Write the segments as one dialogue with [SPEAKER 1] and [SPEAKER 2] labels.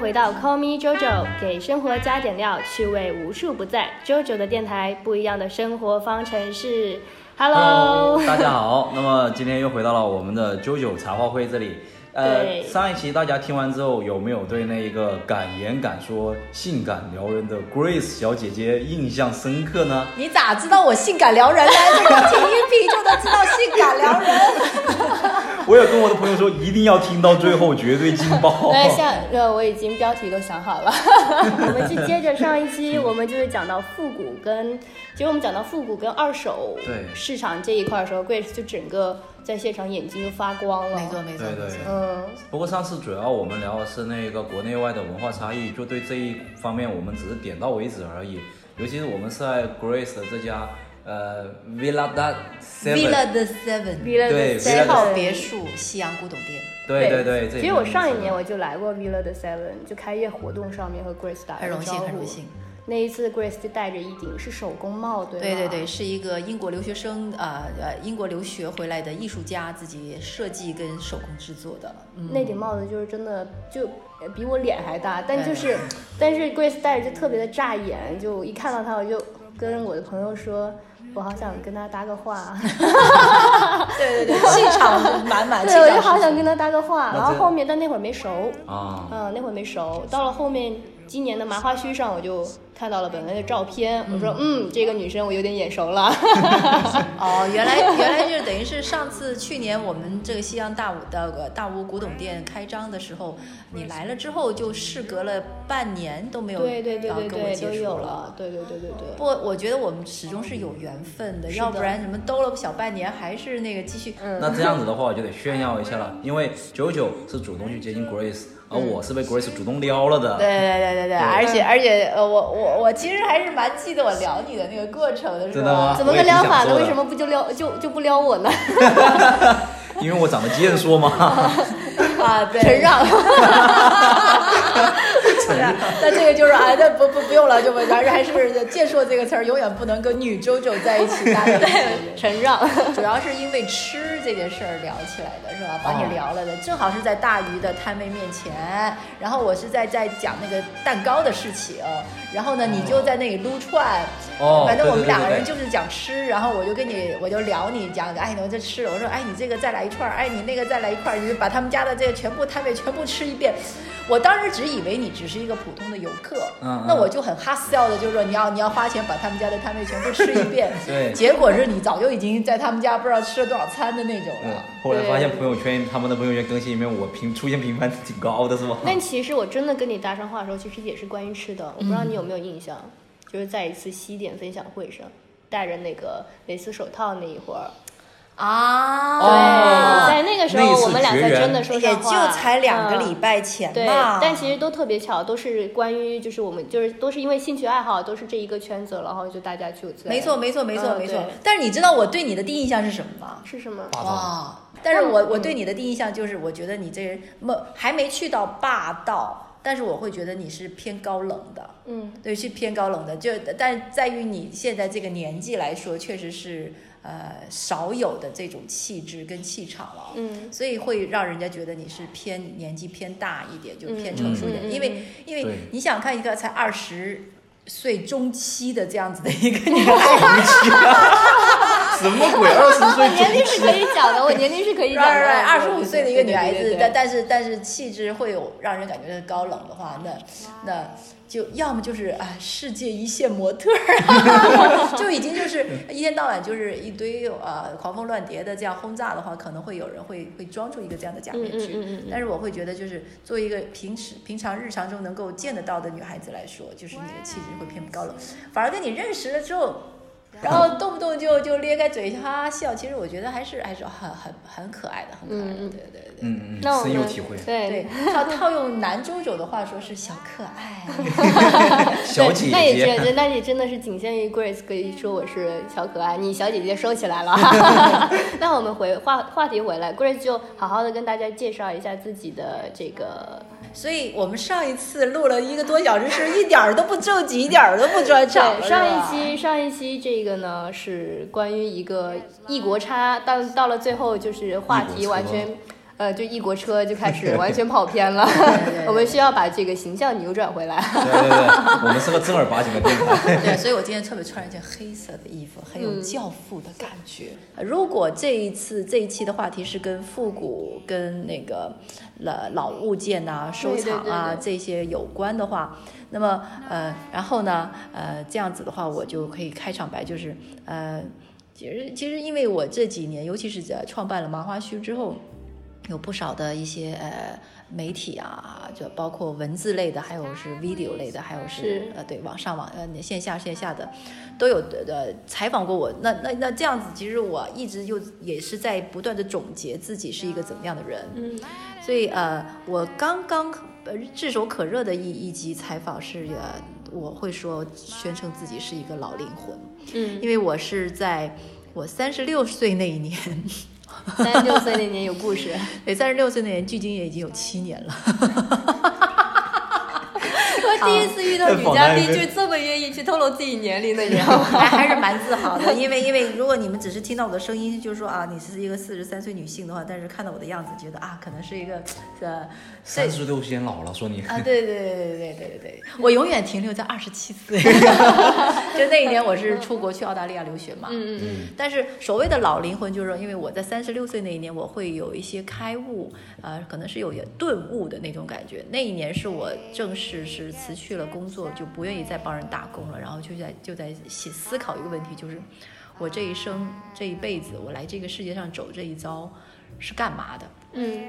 [SPEAKER 1] 回到 Call Me JoJo，给生活加点料，趣味无处不在。JoJo 的电台，不一样的生活方程式。Hello，
[SPEAKER 2] 大家好，那么今天又回到了我们的九九茶话会这里。呃，
[SPEAKER 1] 对
[SPEAKER 2] 上一期大家听完之后，有没有对那一个敢言敢说、性感撩人的 Grace 小姐姐印象深刻呢？
[SPEAKER 3] 你咋知道我性感撩人呢？这个听音频就能知道性感撩人。
[SPEAKER 2] 我有跟我的朋友说，一定要听到最后，绝对劲 爆。
[SPEAKER 3] 那下呃，我已经标题都想好了。
[SPEAKER 1] 我们是接着上一期，我们就是讲到复古跟，其实我们讲到复古跟二手
[SPEAKER 2] 对
[SPEAKER 1] 市场这一块的时候，Grace 就整个在现场眼睛就发光了。
[SPEAKER 3] 没错，没 错，
[SPEAKER 2] 对对
[SPEAKER 3] 没错。
[SPEAKER 1] 嗯，
[SPEAKER 2] 不过上次主要我们聊的是那个国内外的文化差异，就对这一方面我们只是点到为止而已。尤其是我们是在 Grace 的这家呃 Villa da Seven，
[SPEAKER 3] Villa the Seven，
[SPEAKER 1] Villa
[SPEAKER 2] 对
[SPEAKER 1] the
[SPEAKER 3] 三
[SPEAKER 2] Villa
[SPEAKER 3] 号
[SPEAKER 1] Seven
[SPEAKER 3] 别墅西洋古董店，
[SPEAKER 2] 对对对，这里
[SPEAKER 1] 其实
[SPEAKER 2] 面
[SPEAKER 1] 我
[SPEAKER 2] 是
[SPEAKER 1] 上一年我就来过 Villa 的 Seven，就开业活动上面和 Grace 打了
[SPEAKER 3] 很
[SPEAKER 1] 个
[SPEAKER 3] 荣
[SPEAKER 1] 招
[SPEAKER 3] 幸，
[SPEAKER 1] 呼。
[SPEAKER 3] 很荣幸。
[SPEAKER 1] 那一次 Grace 就戴着一顶是手工帽，对吗？
[SPEAKER 3] 对对对，是一个英国留学生，呃呃，英国留学回来的艺术家自己设计跟手工制作的。嗯，
[SPEAKER 1] 那顶帽子就是真的就呃比我脸还大，但
[SPEAKER 3] 对
[SPEAKER 1] 就是但是 Grace 戴着就特别的扎眼，就一看到她我就跟我的朋友说，我好想跟她搭个话，
[SPEAKER 3] 对对对，气场满满，气
[SPEAKER 1] 对，我就好
[SPEAKER 3] 场
[SPEAKER 1] 想跟她搭个话。
[SPEAKER 2] 那
[SPEAKER 1] 然后
[SPEAKER 2] 这
[SPEAKER 1] 后面但那会儿没熟，
[SPEAKER 3] 哦
[SPEAKER 2] 啊，
[SPEAKER 1] 嗯，那会儿没熟，到了后面。今年的麻花须上，我就看到了本来的照片，我说，嗯，这个女生我有点眼熟了。
[SPEAKER 3] 哦，原来原来就是等于是上次去年我们这个西洋大屋的呃大屋古董店开张的时候，你来了之后就事隔了半年都没有
[SPEAKER 1] 对对对
[SPEAKER 3] 呃
[SPEAKER 1] 对
[SPEAKER 3] 跟我
[SPEAKER 1] 对，
[SPEAKER 3] 接
[SPEAKER 1] 都
[SPEAKER 3] 触
[SPEAKER 1] 有
[SPEAKER 3] 了。
[SPEAKER 1] 了，对对对对对。
[SPEAKER 3] 不，我觉得我们始终是有缘分的，
[SPEAKER 1] 是的嗯
[SPEAKER 3] 要不然怎么兜了小半年还是那个继续？
[SPEAKER 2] 那这样子的话，我就得炫耀一下了，因为九九是主动去接近 Grace，而
[SPEAKER 1] 嗯
[SPEAKER 2] 我是被 Grace 主动撩了
[SPEAKER 3] 对
[SPEAKER 2] 的。
[SPEAKER 3] 对对对对，而且而且呃，我我我其实还是蛮记得我聊你的那个过程的，是
[SPEAKER 2] 真的
[SPEAKER 3] 吧
[SPEAKER 2] 吗？
[SPEAKER 1] 怎么个撩法呢？
[SPEAKER 2] 我也挺
[SPEAKER 1] 为什
[SPEAKER 2] 想做的
[SPEAKER 1] 么不就撩就就不撩我呢？
[SPEAKER 2] 因为我长得健 硕嘛。
[SPEAKER 3] 啊，对，
[SPEAKER 1] 承 让。
[SPEAKER 3] 那这个就是啊，那不不不用了，就不还是还是“健硕”这个词儿永远不能跟女 JoJo 在一起 搭在一起。
[SPEAKER 1] 承让。
[SPEAKER 3] 主要是因为吃这件事儿聊起来的，是吧？把
[SPEAKER 2] 哦
[SPEAKER 3] 你聊了的，正好是在大鱼的摊位面前，然后我是在在讲那个蛋糕的事情，然后呢，你就在那里撸串，
[SPEAKER 2] 哦
[SPEAKER 3] 反正我们两个
[SPEAKER 2] 对对对对
[SPEAKER 3] 人就是讲吃，然后我就跟你，我就聊你讲，哎，我这吃，我说，哎，你这个再来一串儿，哎，你那个再来一块儿，你就把他们家的这个全部摊位全部吃一遍。我当时只以为你只是一个普通的游客，
[SPEAKER 2] 嗯嗯，
[SPEAKER 3] 那我就很哈笑的，就是说你要你要花钱把他们家的摊位全部吃一遍
[SPEAKER 2] 对
[SPEAKER 3] 结果是你早就已经在他们家不知道吃了多少餐的那种
[SPEAKER 2] 嗯
[SPEAKER 3] 了。
[SPEAKER 2] 后来发现朋友圈他们的朋友圈更新里面，我频出现频繁挺高的是吧？
[SPEAKER 1] 但其实我真的跟你搭上话的时候，其实也是关于吃的。我不知道
[SPEAKER 3] 嗯
[SPEAKER 1] 你有没有印象，就是在一次西点分享会上，戴着那个蕾丝手套那一会儿。
[SPEAKER 3] 啊
[SPEAKER 2] 哦
[SPEAKER 1] 对，在那个时候
[SPEAKER 2] 那一次
[SPEAKER 1] 我们俩才
[SPEAKER 2] 绝缘
[SPEAKER 1] 真的说
[SPEAKER 3] 也
[SPEAKER 1] 上
[SPEAKER 3] 就
[SPEAKER 1] 话，
[SPEAKER 3] 才两个
[SPEAKER 1] 嗯
[SPEAKER 3] 礼拜前
[SPEAKER 1] 对，
[SPEAKER 3] 吧。
[SPEAKER 1] 但其实都特别巧，都是关于就是我们就是都是因为兴趣爱好，都是这一个圈子，然后就大家去。
[SPEAKER 3] 没错，，没错，没错，
[SPEAKER 1] 嗯
[SPEAKER 3] 没错
[SPEAKER 1] 对。
[SPEAKER 3] 但是你知道我对你的第一印象是什么吗？
[SPEAKER 1] 是什么？
[SPEAKER 2] 霸 道，
[SPEAKER 3] 哇！但是我
[SPEAKER 1] 嗯
[SPEAKER 3] 我对哦你的第一印象就是，我觉得你这人没还没去到霸道，但是我会觉得你是偏高冷的，
[SPEAKER 1] 嗯，
[SPEAKER 3] 对，是偏高冷的。就但在于你现在这个年纪来说，确实是呃少有的这种气质跟气场了，
[SPEAKER 1] 嗯，
[SPEAKER 3] 所以会让人家觉得你是偏年纪偏大一点，就
[SPEAKER 1] 嗯
[SPEAKER 3] 偏成熟一点，
[SPEAKER 1] 嗯嗯嗯
[SPEAKER 3] 因为因
[SPEAKER 2] 对
[SPEAKER 3] 为你想看一个才二十岁中期的这样子的一个女孩子，
[SPEAKER 2] 啊 什么鬼？二十
[SPEAKER 1] 我
[SPEAKER 2] 岁
[SPEAKER 1] 年龄是可以讲的，我年龄是可以讲的。
[SPEAKER 3] 二十五岁的一个女孩
[SPEAKER 1] 对对
[SPEAKER 3] 子
[SPEAKER 1] 对，
[SPEAKER 3] 但但是但是气质会有让人感觉是高冷的话，那那就要么就是啊世界一线模特儿、啊，就已经就是一天到晚就是一堆呃狂风乱蝶的这样轰炸的话，可能会有人会会装出一个这样的假面具。
[SPEAKER 1] 嗯嗯嗯嗯嗯
[SPEAKER 3] 但是我会觉得，就是作为一个平时平常日常中能够见得到的女孩子来说，就是你的气质会偏高冷，反而跟你认识了之后。然后动不动就就咧开嘴哈哈笑，其实我觉得还是还是很很很可爱的，很可爱
[SPEAKER 1] 嗯
[SPEAKER 3] 的，
[SPEAKER 1] 嗯
[SPEAKER 3] 对对对。
[SPEAKER 2] 嗯嗯
[SPEAKER 1] 那
[SPEAKER 2] 嗯，
[SPEAKER 1] 我
[SPEAKER 2] 深有
[SPEAKER 1] 们
[SPEAKER 2] 体会。
[SPEAKER 1] 对
[SPEAKER 3] 对，套套用男周周的话说是小可爱，
[SPEAKER 2] 小姐
[SPEAKER 1] 那也
[SPEAKER 2] 姐，
[SPEAKER 1] 觉得，那也真的是仅限于 Grace 可以说我是小可爱，你小姐姐收起来 了。 那我们回话话题回来，Grace 就好好的跟大家介绍一下自己的这个
[SPEAKER 3] 所以我们上一次录了一个多小时，是一点儿都不正经，一点儿都不专场了。
[SPEAKER 1] 对，
[SPEAKER 3] 是吧
[SPEAKER 1] 上一期上一期这个呢是关于一个异国差，到到了最后就是话
[SPEAKER 2] 异
[SPEAKER 1] 题
[SPEAKER 2] 国车
[SPEAKER 1] 完全。呃，就一国车就开始完全跑偏了。
[SPEAKER 3] 对 对
[SPEAKER 1] 我们需要把这个形象扭转回来。
[SPEAKER 2] 对对对，我们是个正儿八经 的电台。
[SPEAKER 3] 对，所以我今天特别穿了一件黑色的衣服，
[SPEAKER 1] 嗯
[SPEAKER 3] 很有教父的感觉。如果这一次这一期的话题是跟复古、跟那个老老物件呐、收
[SPEAKER 1] 对对
[SPEAKER 3] 藏啊
[SPEAKER 1] 对对
[SPEAKER 3] 这些有关的话，那么呃，然后呢，呃，这样子的话，我就可以开场白就是呃，其实其实因为我这几年，尤其是在创办了麻花须之后，有不少的一些呃媒体啊，就包括文字类的，还有是 video 类的，还有是
[SPEAKER 1] 是
[SPEAKER 3] 呃对网上网呃你线下线下的都有呃采访过我。那那那这样子，其实我一直就也是在不断的总结自己是一个怎么样的人。
[SPEAKER 1] 嗯，
[SPEAKER 3] 所以呃，我刚刚呃炙手可热的一一集采访是呃，我会说宣称自己是一个老灵魂，
[SPEAKER 1] 嗯，
[SPEAKER 3] 因为我是在我三十六岁那一年，
[SPEAKER 1] 三十六岁那年有故事，
[SPEAKER 3] 对，三十六岁那年，距今也已经有七年了。
[SPEAKER 1] 我第一次遇到女嘉宾就这么愿意去透露自己年龄的，你知道吗？
[SPEAKER 3] 还还是蛮自豪 的，因为因为如果你们只是听到我的声音，就说啊，你是一个四十三岁女性的话，但是看到我的样子，觉得啊，可能是一个呃，岁
[SPEAKER 2] 三十六先老 了，说你
[SPEAKER 3] 啊，对对对对对对对，我永远停留在二十七 岁，就那一年我是出国去澳大利亚留学嘛，
[SPEAKER 1] 嗯嗯
[SPEAKER 3] 但是所谓的老灵魂，就是说，因为我在三十六岁那一年，我会有一些开悟，呃，可能是有点顿悟的那种感觉。那一年是我正式是辞去了工作，就不愿意再帮人打工了，然后就在就在写思考一个问题，就是我这一生这一辈子，我来这个世界上走这一遭是干嘛的？
[SPEAKER 1] 嗯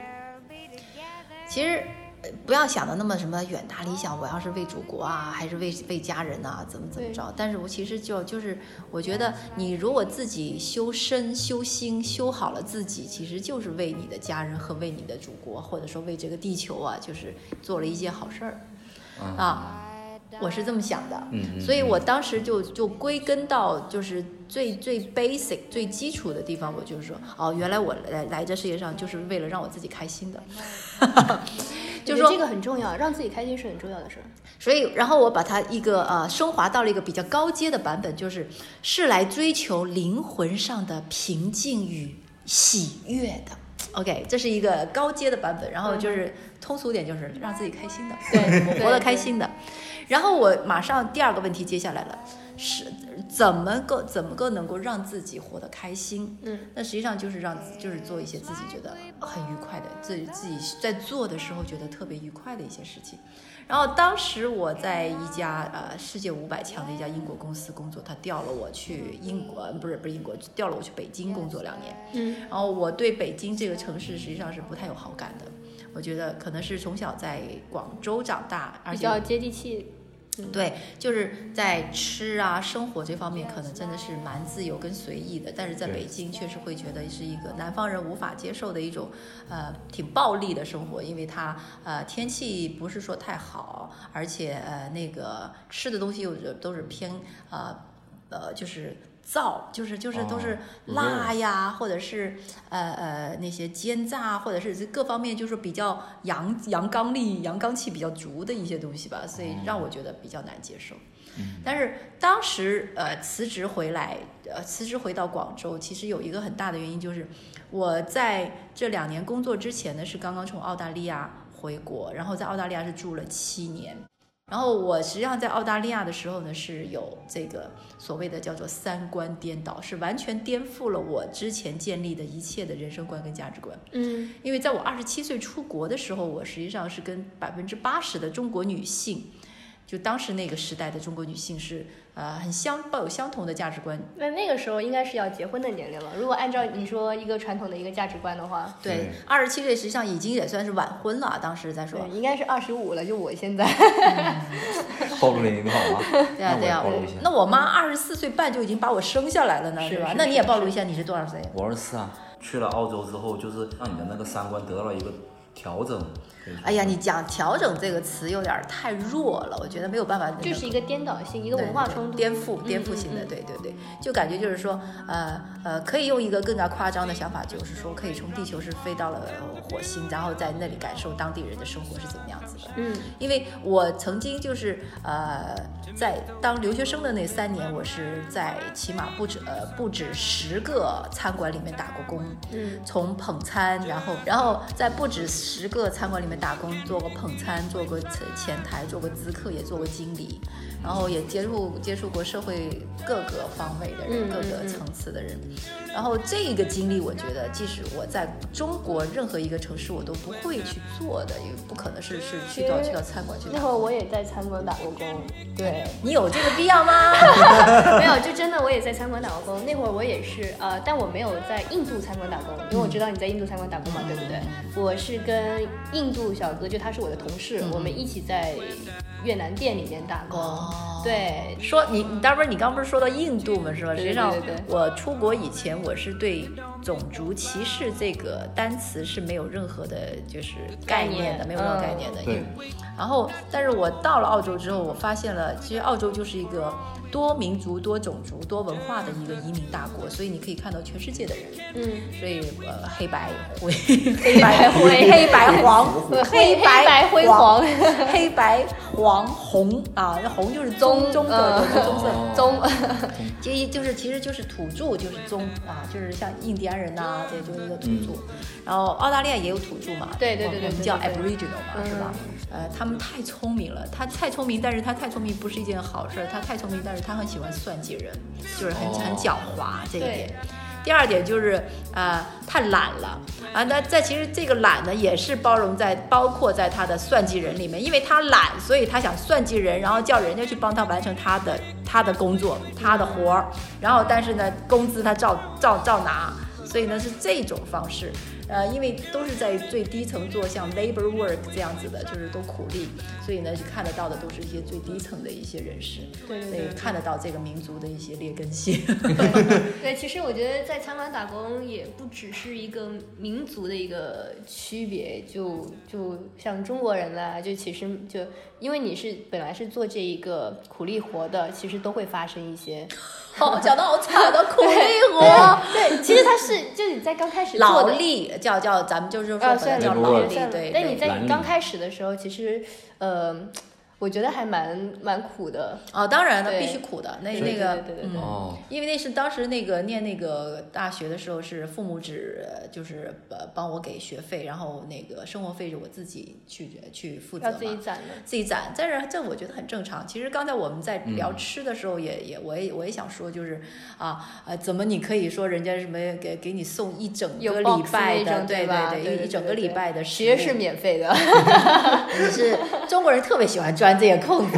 [SPEAKER 3] 其实呃不要想的那么什么远大理想，我要是为祖国啊，还是为为家人啊，怎么怎么着？但是我其实就就是，我觉得你如果自己修身、修心、修好了自己，其实就是为你的家人和为你的祖国，或者说为这个地球啊，就是做了一件好事儿啊。我是这么想的，
[SPEAKER 2] 嗯嗯
[SPEAKER 3] 所以我当时就就归根到就是最最 basic 最基础的地方，我就是说，哦，原来我来来这世界上就是为了让我自己开心的，
[SPEAKER 1] 就
[SPEAKER 3] 就
[SPEAKER 1] 是说
[SPEAKER 3] 说
[SPEAKER 1] 嗯这个很重要，让自己开心是很重要的事儿。
[SPEAKER 3] 所以，然后我把它一个呃升华到了一个比较高阶的版本，就是是来追求灵魂上的平静与喜悦的。OK，这是一个高阶的版本，然后就是通俗点，就是让自己开心的，
[SPEAKER 1] 对
[SPEAKER 3] 我
[SPEAKER 1] 对
[SPEAKER 3] 活
[SPEAKER 1] 对
[SPEAKER 3] 得开心的。然后我马上第二个问题接下来了，是怎么个怎么个能够让自己活得开心？
[SPEAKER 1] 嗯，
[SPEAKER 3] 那实际上就是让自就是做一些自己觉得很愉快的，自己自己在做的时候觉得特别愉快的一些事情。然后当时我在一家呃世界五百强的一家英国公司工作，他调了我去英国，呃不是不是英国，调了我去北京工作两年。
[SPEAKER 1] 嗯
[SPEAKER 3] 然后我对北京这个城市实际上是不太有好感的，我觉得可能是从小在广州长大，而
[SPEAKER 1] 比
[SPEAKER 3] 且
[SPEAKER 1] 较接地气。
[SPEAKER 3] 对，就是在吃啊、生活这方面，可能真的是蛮自由跟随意的，但是在
[SPEAKER 2] 对
[SPEAKER 3] 北京确实会觉得是一个南方人无法接受的一种，呃，挺暴力的生活，因为它呃天气不是说太好，而且呃那个吃的东西又是都是偏呃呃就是。燥就是就是都是
[SPEAKER 2] 哦有味
[SPEAKER 3] 辣呀，或者是呃呃那些煎炸啊，或者是各方面就是比较阳阳刚力、阳刚气比较足的一些东西吧，所以让我觉得比较难接受。但是当时呃辞职回来，呃辞职回到广州，其实有一个很大的原因就是我在这两年工作之前呢，是刚刚从澳大利亚回国，然后在澳大利亚是住了七年。然后我实际上在澳大利亚的时候呢，是有这个所谓的叫做三观颠倒，是完全颠覆了我之前建立的一切的人生观跟价值观。
[SPEAKER 1] 嗯
[SPEAKER 3] 因为在我二十七岁出国的时候，我实际上是跟百分之八十的中国女性，就当时那个时代的中国女性是呃很相抱有相同的价值观。
[SPEAKER 1] 那那个时候应该是要结婚的年龄了。如果按照你说一个传统的一个价值观的话，
[SPEAKER 3] 对
[SPEAKER 2] 对，
[SPEAKER 3] 二十七岁实际上已经也算是晚婚了，当时在说
[SPEAKER 1] 对，。应该是二十五了。就我现在，
[SPEAKER 2] 暴露年龄好吗？
[SPEAKER 3] 对啊
[SPEAKER 2] 那我
[SPEAKER 3] 对
[SPEAKER 2] 也
[SPEAKER 3] 啊
[SPEAKER 2] 暴露一下，。
[SPEAKER 3] 那我妈二十四岁半就已经把我生下来了呢，
[SPEAKER 1] 是
[SPEAKER 3] 吧？
[SPEAKER 1] 是
[SPEAKER 3] 那你
[SPEAKER 1] 是
[SPEAKER 3] 也暴露一下你是多少岁？
[SPEAKER 2] 我二十四啊，去了澳洲之后，就是让你的那个三观得到了一个调整。可以说
[SPEAKER 3] 哎呀，你讲调整这个词有点儿太弱了，我觉得没有办法。
[SPEAKER 1] 这是一个颠倒性，一个
[SPEAKER 3] 对
[SPEAKER 1] 文化
[SPEAKER 3] 对
[SPEAKER 1] 冲突。
[SPEAKER 3] 颠覆、颠覆
[SPEAKER 1] 嗯
[SPEAKER 3] 性的，
[SPEAKER 1] 嗯
[SPEAKER 3] 对对对，就感觉就是说，呃呃，可以用一个更加夸张的想法，就是说，可以从地球是飞到了火星，然后在那里感受当地人的生活是怎么样子的。
[SPEAKER 1] 嗯
[SPEAKER 3] 因为我曾经就是呃在当留学生的那三年，我是在起码不止呃不止十个餐馆里面打过工，
[SPEAKER 1] 嗯，
[SPEAKER 3] 从捧餐，然后然后在不止十个餐馆里面打工，做过捧餐，做过前前台，做过咨客，也做过经理，然后也接触接触过社会各个方位的
[SPEAKER 1] 嗯
[SPEAKER 3] 人，各
[SPEAKER 1] 嗯
[SPEAKER 3] 个
[SPEAKER 1] 嗯
[SPEAKER 3] 层次的人。然后这个经历，我觉得即使我在中国任何一个城市，我都不会去做的，也不可能是是去到
[SPEAKER 1] 其实
[SPEAKER 3] 去到餐馆去打
[SPEAKER 1] 那
[SPEAKER 3] 工。
[SPEAKER 1] 会儿我也在餐馆打过工，对，
[SPEAKER 3] 你有这个必要吗？
[SPEAKER 1] 没有，就真的我也在餐馆打过工。那会儿我也是，呃，但我没有在印度餐馆打工，因为我知道你在印度餐馆打工嘛，对不对？我是跟印度小哥，就他是我的同事，我们一起在越南店里面打工。
[SPEAKER 3] 哦
[SPEAKER 1] 对，
[SPEAKER 3] 说你，你待会儿你刚不是说到印度嘛，是吧？
[SPEAKER 1] 对
[SPEAKER 3] 实际上
[SPEAKER 1] 对对对，
[SPEAKER 3] 我出国以前，我是对种族歧视这个单词是没有任何的，就是概念
[SPEAKER 1] 概念
[SPEAKER 3] 的，
[SPEAKER 1] 嗯
[SPEAKER 3] 没有任何概念的。
[SPEAKER 2] 对
[SPEAKER 3] 因为然后，但是我到了澳洲之后，我发现了，其实澳洲就是一个多民族、多种族、多文化的一个移民大国，所以你可以看到全世界的人。
[SPEAKER 1] 嗯，
[SPEAKER 3] 所以呃，黑白 灰，黑白灰，黑白黄，
[SPEAKER 1] 黑黑白灰黄
[SPEAKER 3] 黄， 黑白黄红啊，那红就是棕
[SPEAKER 1] 棕
[SPEAKER 3] 棕
[SPEAKER 1] 呃
[SPEAKER 3] 色，棕色。
[SPEAKER 2] 哦
[SPEAKER 1] 棕，
[SPEAKER 3] 其实就是其实就是土著，就是棕啊，就是像印第安人呐、对，就是一个土著。然后澳大利亚也有土著嘛，
[SPEAKER 1] 嗯
[SPEAKER 3] 啊
[SPEAKER 1] 对对对对
[SPEAKER 3] 我们
[SPEAKER 1] 对
[SPEAKER 3] 叫
[SPEAKER 1] 对嗯对
[SPEAKER 3] Aboriginal 嘛，是吧？呃，他们太聪明了，他太聪明，但是他太聪明不是一件好事，他太聪明，但是他很喜欢算计人，就是很、
[SPEAKER 2] 哦
[SPEAKER 3] 很狡猾这一
[SPEAKER 1] 对
[SPEAKER 3] 点。第二点就是，呃，太懒了啊。那在其实这个懒呢，也是包容在包括在他的算计人里面，因为他懒，所以他想算计人，然后叫人家去帮他完成他的他的工作、他的活儿，然后但是呢，工资他照照照拿，所以呢是这种方式。呃，因为都是在最低层做像 labor work 这样子的，就是都苦力，所以呢就看得到的都是一些最低层的一些人士，
[SPEAKER 1] 对对
[SPEAKER 3] 所
[SPEAKER 1] 对
[SPEAKER 3] 以看得到这个民族的一些劣根性。
[SPEAKER 1] 对，其实我觉得在餐馆打工也不只是一个民族的一个区别，就就像中国人啦，就其实就因为你是本来是做这一个苦力活的，其实都会发生一些。
[SPEAKER 3] 好，哦讲的好惨的苦力活，
[SPEAKER 1] 对，对其实它是就你在刚开始
[SPEAKER 3] 劳
[SPEAKER 1] 做的。
[SPEAKER 3] 力叫叫咱们就是说
[SPEAKER 1] 啊，
[SPEAKER 3] 本来
[SPEAKER 1] 算
[SPEAKER 3] 叫
[SPEAKER 1] 了，
[SPEAKER 2] labor
[SPEAKER 3] 劳
[SPEAKER 1] 劳力
[SPEAKER 2] 劳
[SPEAKER 3] 力
[SPEAKER 2] 力，
[SPEAKER 1] 算了
[SPEAKER 3] 对。
[SPEAKER 1] 但你在
[SPEAKER 2] 蓝
[SPEAKER 1] 刚
[SPEAKER 2] 领
[SPEAKER 1] 开始的时候，其实，呃，我觉得还蛮蛮苦的。
[SPEAKER 3] 哦，当然了，
[SPEAKER 1] 对
[SPEAKER 3] 必须苦的。那
[SPEAKER 1] 对
[SPEAKER 3] 那个，
[SPEAKER 1] 对对对对
[SPEAKER 3] 嗯，
[SPEAKER 2] 哦，
[SPEAKER 3] 因为那是当时那个念那个大学的时候，是父母只呃就是呃帮我给学费，然后那个生活费是我自己去去负责
[SPEAKER 1] 要
[SPEAKER 3] 嘛
[SPEAKER 1] 自。己攒的，
[SPEAKER 3] 自己攒，但是这我觉得很正常。其实刚才我们在聊吃的时候也，也我也我也想说，就是啊呃，怎么你可以说人家什么给给你送一整
[SPEAKER 1] 有
[SPEAKER 3] 个
[SPEAKER 1] box
[SPEAKER 3] 礼拜
[SPEAKER 1] 那
[SPEAKER 3] 的，
[SPEAKER 1] 种对吧？
[SPEAKER 3] 对
[SPEAKER 1] 对
[SPEAKER 3] 一一整个礼拜的食
[SPEAKER 1] 其实
[SPEAKER 3] 物
[SPEAKER 1] 是免费的。
[SPEAKER 3] 你是中国人特别喜欢钻这个空子，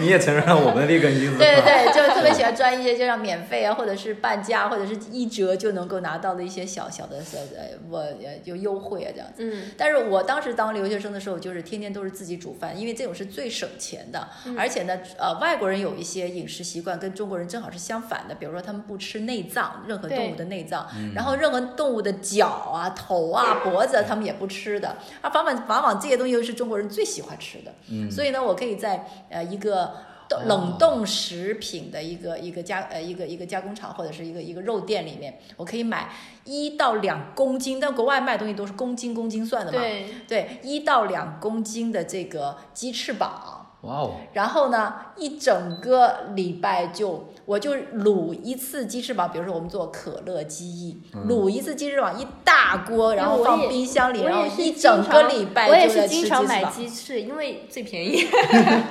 [SPEAKER 2] 你也承认了我们的劣根性是吧？
[SPEAKER 3] 对对对，就特别喜欢钻一些就像免费啊，或者是半价，或者是一折就能够拿到的一些小小的呃呃我呃就优惠啊这样子。
[SPEAKER 1] 嗯，
[SPEAKER 3] 但是我当时当留学生的时候，就是天天都是自己煮饭，因为这种是最省钱的。而且呢，呃，外国人有一些饮食习惯跟中国人正好是相反的，比如说他们不吃内脏，任何动物的内脏，然后任何动物的脚啊、头啊、脖子啊他们也不吃的。啊，往往往往这些东西又是中国人最喜欢吃的。
[SPEAKER 1] 嗯
[SPEAKER 2] 嗯
[SPEAKER 3] 所以呢，我可以在呃一
[SPEAKER 1] 哦
[SPEAKER 3] 个冻。冷冻食品的一个一个加呃一个一个加工厂或者是一个一个肉店里面，我可以买一到两公斤，但国外卖东西都是公斤公斤算的 嘛，
[SPEAKER 1] 对，
[SPEAKER 3] 对，一到两公斤的这个鸡翅膀，
[SPEAKER 2] 哇哦，
[SPEAKER 3] 然后呢，一整个礼拜就我就卤一次鸡翅膀，比如说我们做可乐鸡翼，卤一次鸡翅膀一大锅，然后
[SPEAKER 1] 嗯我
[SPEAKER 3] 放
[SPEAKER 1] 也
[SPEAKER 3] 冰箱里，
[SPEAKER 1] 我
[SPEAKER 3] 然后
[SPEAKER 1] 也是
[SPEAKER 3] 一
[SPEAKER 1] 经
[SPEAKER 3] 整个
[SPEAKER 1] 常
[SPEAKER 3] 礼拜
[SPEAKER 1] 我也
[SPEAKER 3] 就在
[SPEAKER 1] 是
[SPEAKER 3] 吃
[SPEAKER 1] 经
[SPEAKER 3] 鸡翅
[SPEAKER 1] 常买
[SPEAKER 3] 膀。
[SPEAKER 1] 鸡翅，因为最便宜。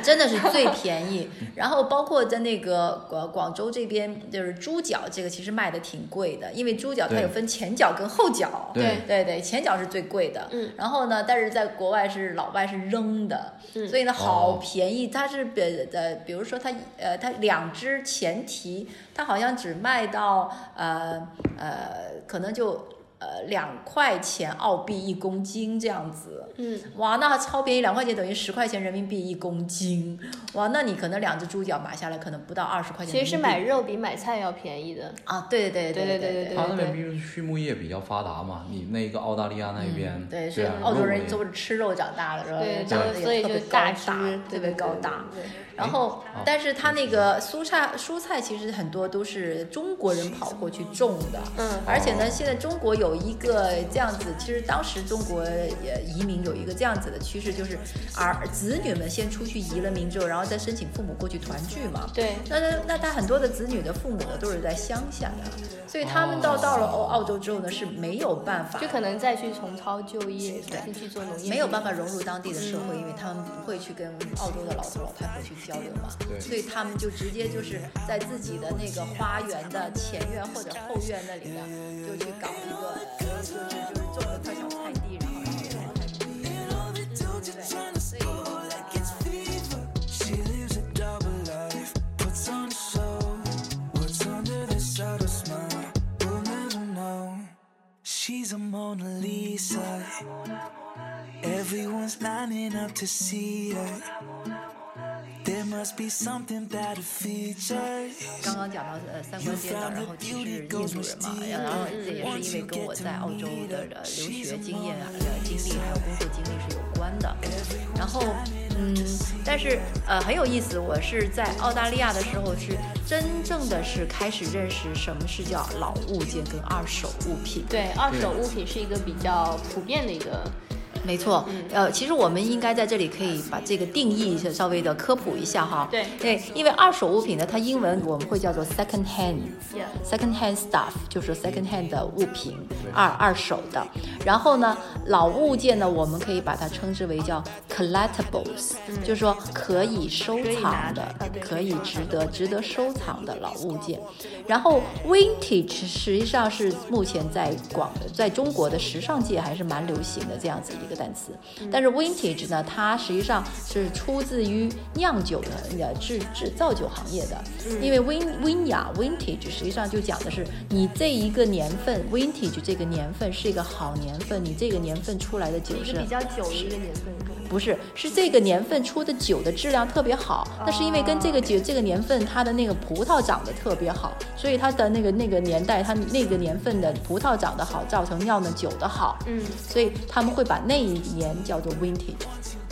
[SPEAKER 3] 真的是最便宜。然后包括在那个广广州这边，就是猪脚这个其实卖的挺贵的，因为猪脚它
[SPEAKER 2] 对
[SPEAKER 3] 有分前脚跟后脚。
[SPEAKER 2] 对
[SPEAKER 3] 对对，前脚是最贵的。
[SPEAKER 1] 嗯，
[SPEAKER 3] 然后呢，但是在国外是老外是扔的，
[SPEAKER 1] 嗯
[SPEAKER 3] 所以呢好
[SPEAKER 2] 哦
[SPEAKER 3] 便宜。它是比呃，比如说它呃，它两只前蹄，它好像只卖到呃呃，可能就呃两块钱澳币一公斤这样子。
[SPEAKER 1] 嗯，
[SPEAKER 3] 哇，那超便宜，两块钱等于十块钱人民币一公斤，哇，那你可能两只猪脚买下来可能不到二十块钱
[SPEAKER 1] 其
[SPEAKER 3] 人民币。
[SPEAKER 1] 实是买肉比买菜要便宜的。
[SPEAKER 3] 啊，对对
[SPEAKER 1] 对
[SPEAKER 3] 对
[SPEAKER 1] 对
[SPEAKER 3] 对
[SPEAKER 1] 对
[SPEAKER 2] 他那边毕竟畜牧业比较发达嘛，你那个澳大利亚那边，
[SPEAKER 3] 嗯对，
[SPEAKER 2] 对
[SPEAKER 3] 是
[SPEAKER 2] 啊，
[SPEAKER 3] 澳洲
[SPEAKER 2] 肉
[SPEAKER 3] 人
[SPEAKER 2] 也
[SPEAKER 3] 都是吃肉长大的，是吧？
[SPEAKER 1] 对，
[SPEAKER 3] 长得
[SPEAKER 1] 就所以
[SPEAKER 3] 也特
[SPEAKER 1] 就
[SPEAKER 3] 别高
[SPEAKER 1] 大
[SPEAKER 3] 大
[SPEAKER 1] 只，
[SPEAKER 3] 特别高大。。
[SPEAKER 1] 对对对对
[SPEAKER 3] 然后，
[SPEAKER 1] 哎
[SPEAKER 3] 但是它那个蔬菜蔬菜其实很多都是中国人跑过去种的，
[SPEAKER 1] 嗯，
[SPEAKER 3] 而且呢，现在中国有一个这样子，其实当时中国也移民有一个这样子的趋势，就是儿子女们先出去移了民之后，然后再申请父母过去团聚嘛。
[SPEAKER 1] 对，
[SPEAKER 3] 那那那他很多的子女的父母呢都是在乡下的，所以他们到到了澳澳洲之后呢是没有办法
[SPEAKER 1] 哦就可能再去重操旧业，再去做农业，
[SPEAKER 3] 没有办法融入当地的社会，因为他们不会去跟澳洲的老头老太婆去交流嘛，
[SPEAKER 2] 对
[SPEAKER 3] 所以他们就直接就是在自己的那个花园的前院或者后院那里呢，就去搞一个，呃就是就是种了块小菜地，然后然后然后再种对，所以。
[SPEAKER 4] She lives a double life, puts on a show. What's under the subtle smile, we'll never know. She's a Mona Lisa. Everyone's lining up to see her. There must be something that her features.
[SPEAKER 3] 刚刚讲到呃三观颠倒，然后其实印度人嘛，然后这也是因为跟我在澳洲的呃留学经验啊、呃经历还有工作经历是有关的。然后嗯，但是呃很有意思，我是在澳大利亚的时候是真正的是开始认识什么是叫老物件跟二手物品。
[SPEAKER 1] 对，二手物品是一个比较普遍的一个，
[SPEAKER 3] 没错，
[SPEAKER 1] 嗯
[SPEAKER 3] 呃，其实我们应该在这里可以把这个定义稍微的科普一下哈。
[SPEAKER 1] 对
[SPEAKER 3] 对，因为二手物品呢，它英文我们会叫做 second hand。
[SPEAKER 1] Yeah
[SPEAKER 3] second hand stuff 就是 second hand 的物品，二二手的。然后呢，老物件呢，我们可以把它称之为叫 collectibles，、就是说可以收藏的
[SPEAKER 1] 嗯可以拿的啊，对
[SPEAKER 3] 可以值得值得收藏的老物件。然后 vintage 实际上是目前在广在中国的时尚界还是蛮流行的这样子一个单词。但是 vintage 呢，它实际上是出自于酿酒的呃制制造酒行业的，因为 win win 雅 vintage 实际上就讲的是你这一个年份 vintage 这个年份是一个好年份，你这个年份出来的酒
[SPEAKER 1] 一
[SPEAKER 3] 是
[SPEAKER 1] 个比较久的一个年份。
[SPEAKER 3] 不是，是这个年份出的酒的质量特别好，那是因为跟这个酒这个年份它的那个葡萄长得特别好，所以它的那个那个年代它那个年份的葡萄长得好，造成酿的酒的好，
[SPEAKER 1] 嗯，
[SPEAKER 3] 所以他们会把那一年叫做 vintage。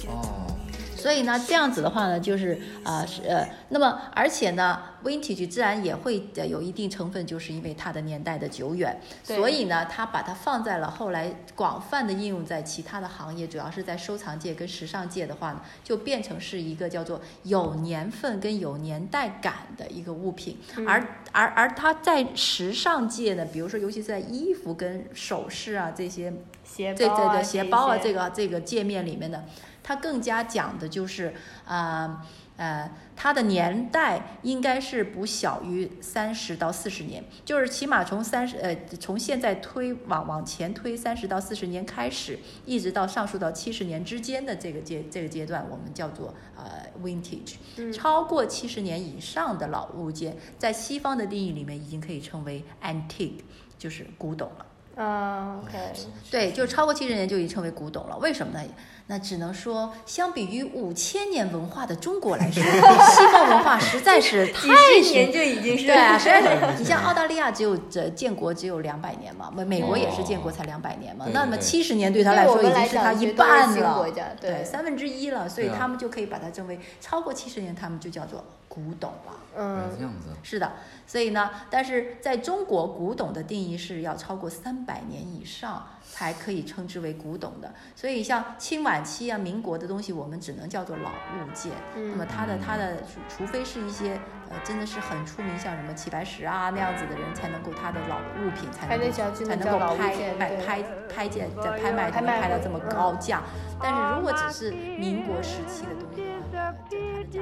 [SPEAKER 2] 哦，
[SPEAKER 3] 所以呢，这样子的话呢，就是啊是呃，那么而且呢，vintage 自然也会呃有一定成分，就是因为它的年代的久远，
[SPEAKER 1] 对
[SPEAKER 3] 所以呢，它把它放在了后来广泛的应用在其他的行业，主要是在收藏界跟时尚界的话呢，就变成是一个叫做有年份跟有年代感的一个物品，而而而它在时尚界呢，比如说尤其是在衣服跟首饰啊这些
[SPEAKER 1] 鞋
[SPEAKER 3] 对
[SPEAKER 1] 包
[SPEAKER 3] 对
[SPEAKER 1] 啊，
[SPEAKER 3] 对，鞋包啊，
[SPEAKER 1] 些
[SPEAKER 3] 这个这个界面里面的，它更加讲的就是啊呃它的年代应该是不小于三十到四十年，就是起码从三十呃从现在推往往前推三十到四十年开始，一直到上述到七十年之间的这个阶这个阶段，我们叫做呃 vintage。超
[SPEAKER 1] 嗯
[SPEAKER 3] 过七十年以上的老物件，在西方的定义里面已经可以称为 antique，就是古董了。
[SPEAKER 1] 嗯，OK，
[SPEAKER 3] 对，就超过七十年就已经成为古董了。为什么呢？那只能说，相比于五千年文化的中国来说，西方文化实在是太
[SPEAKER 1] 几十
[SPEAKER 3] 神
[SPEAKER 1] 年就已经是
[SPEAKER 3] 对啊，实在是你像澳大利亚只有这建国只有两百年嘛，美美国也是建国才两百年嘛，
[SPEAKER 2] 哦对
[SPEAKER 3] 那
[SPEAKER 2] 对
[SPEAKER 3] 么
[SPEAKER 2] 对
[SPEAKER 3] 七十年对他来说已经是他一
[SPEAKER 1] 对我
[SPEAKER 3] 半
[SPEAKER 1] 们来讲绝对是新
[SPEAKER 3] 了
[SPEAKER 1] 国家，对
[SPEAKER 3] 三分之一了，所以
[SPEAKER 2] 对啊
[SPEAKER 3] 他们就可以把它称为超过七十年，他们就叫做古董了。
[SPEAKER 2] 原来
[SPEAKER 1] 嗯
[SPEAKER 2] 这样子，
[SPEAKER 3] 是的，所以呢，但是在中国，古董的定义是要超过三百年以上才可以称之为古董的。所以像清晚期啊、民国的东西，我们只能叫做老物件。
[SPEAKER 1] 嗯
[SPEAKER 3] 那么它的它的，除除非是一些呃真的是很出名，像什么齐白石啊那样子的人，才能够他的老物品才
[SPEAKER 1] 才
[SPEAKER 3] 能
[SPEAKER 1] 能
[SPEAKER 3] 够
[SPEAKER 1] 叫真的
[SPEAKER 3] 才能
[SPEAKER 1] 叫
[SPEAKER 3] 够
[SPEAKER 1] 老物
[SPEAKER 3] 拍
[SPEAKER 1] 件
[SPEAKER 3] 拍
[SPEAKER 1] 对哎
[SPEAKER 3] 拍拍见在拍
[SPEAKER 1] 拍
[SPEAKER 3] 卖才能
[SPEAKER 1] 卖
[SPEAKER 3] 拍到这么
[SPEAKER 1] 嗯
[SPEAKER 3] 高价。但是如果只是民国时期的东西
[SPEAKER 1] 嗯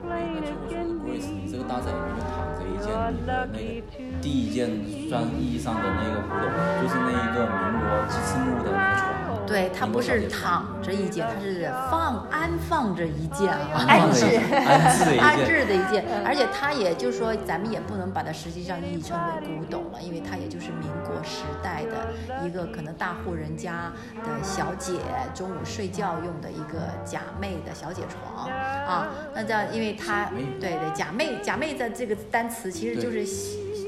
[SPEAKER 3] 的话，就它的价
[SPEAKER 2] 那就是说
[SPEAKER 3] 格是不够高的。
[SPEAKER 2] ，Grace，你这个大展里面就躺着一件你的那个第一件算意义上的那个古董，就是那一个民国鸡翅木的那个床。
[SPEAKER 3] 对，它不是躺着一件，它是放安放着一件啊，
[SPEAKER 1] 安置
[SPEAKER 2] 安置的一
[SPEAKER 3] 安
[SPEAKER 2] 件，
[SPEAKER 3] 置的一件，而且它也就是说，咱们也不能把它实际上意义称为古董了，因为它也就是民国时代的一个可能大户人家的小姐中午睡觉用的一个假寐的小姐床啊。那这样，因为它
[SPEAKER 2] 假寐
[SPEAKER 3] 对对假寐假寐的这个单词其实就是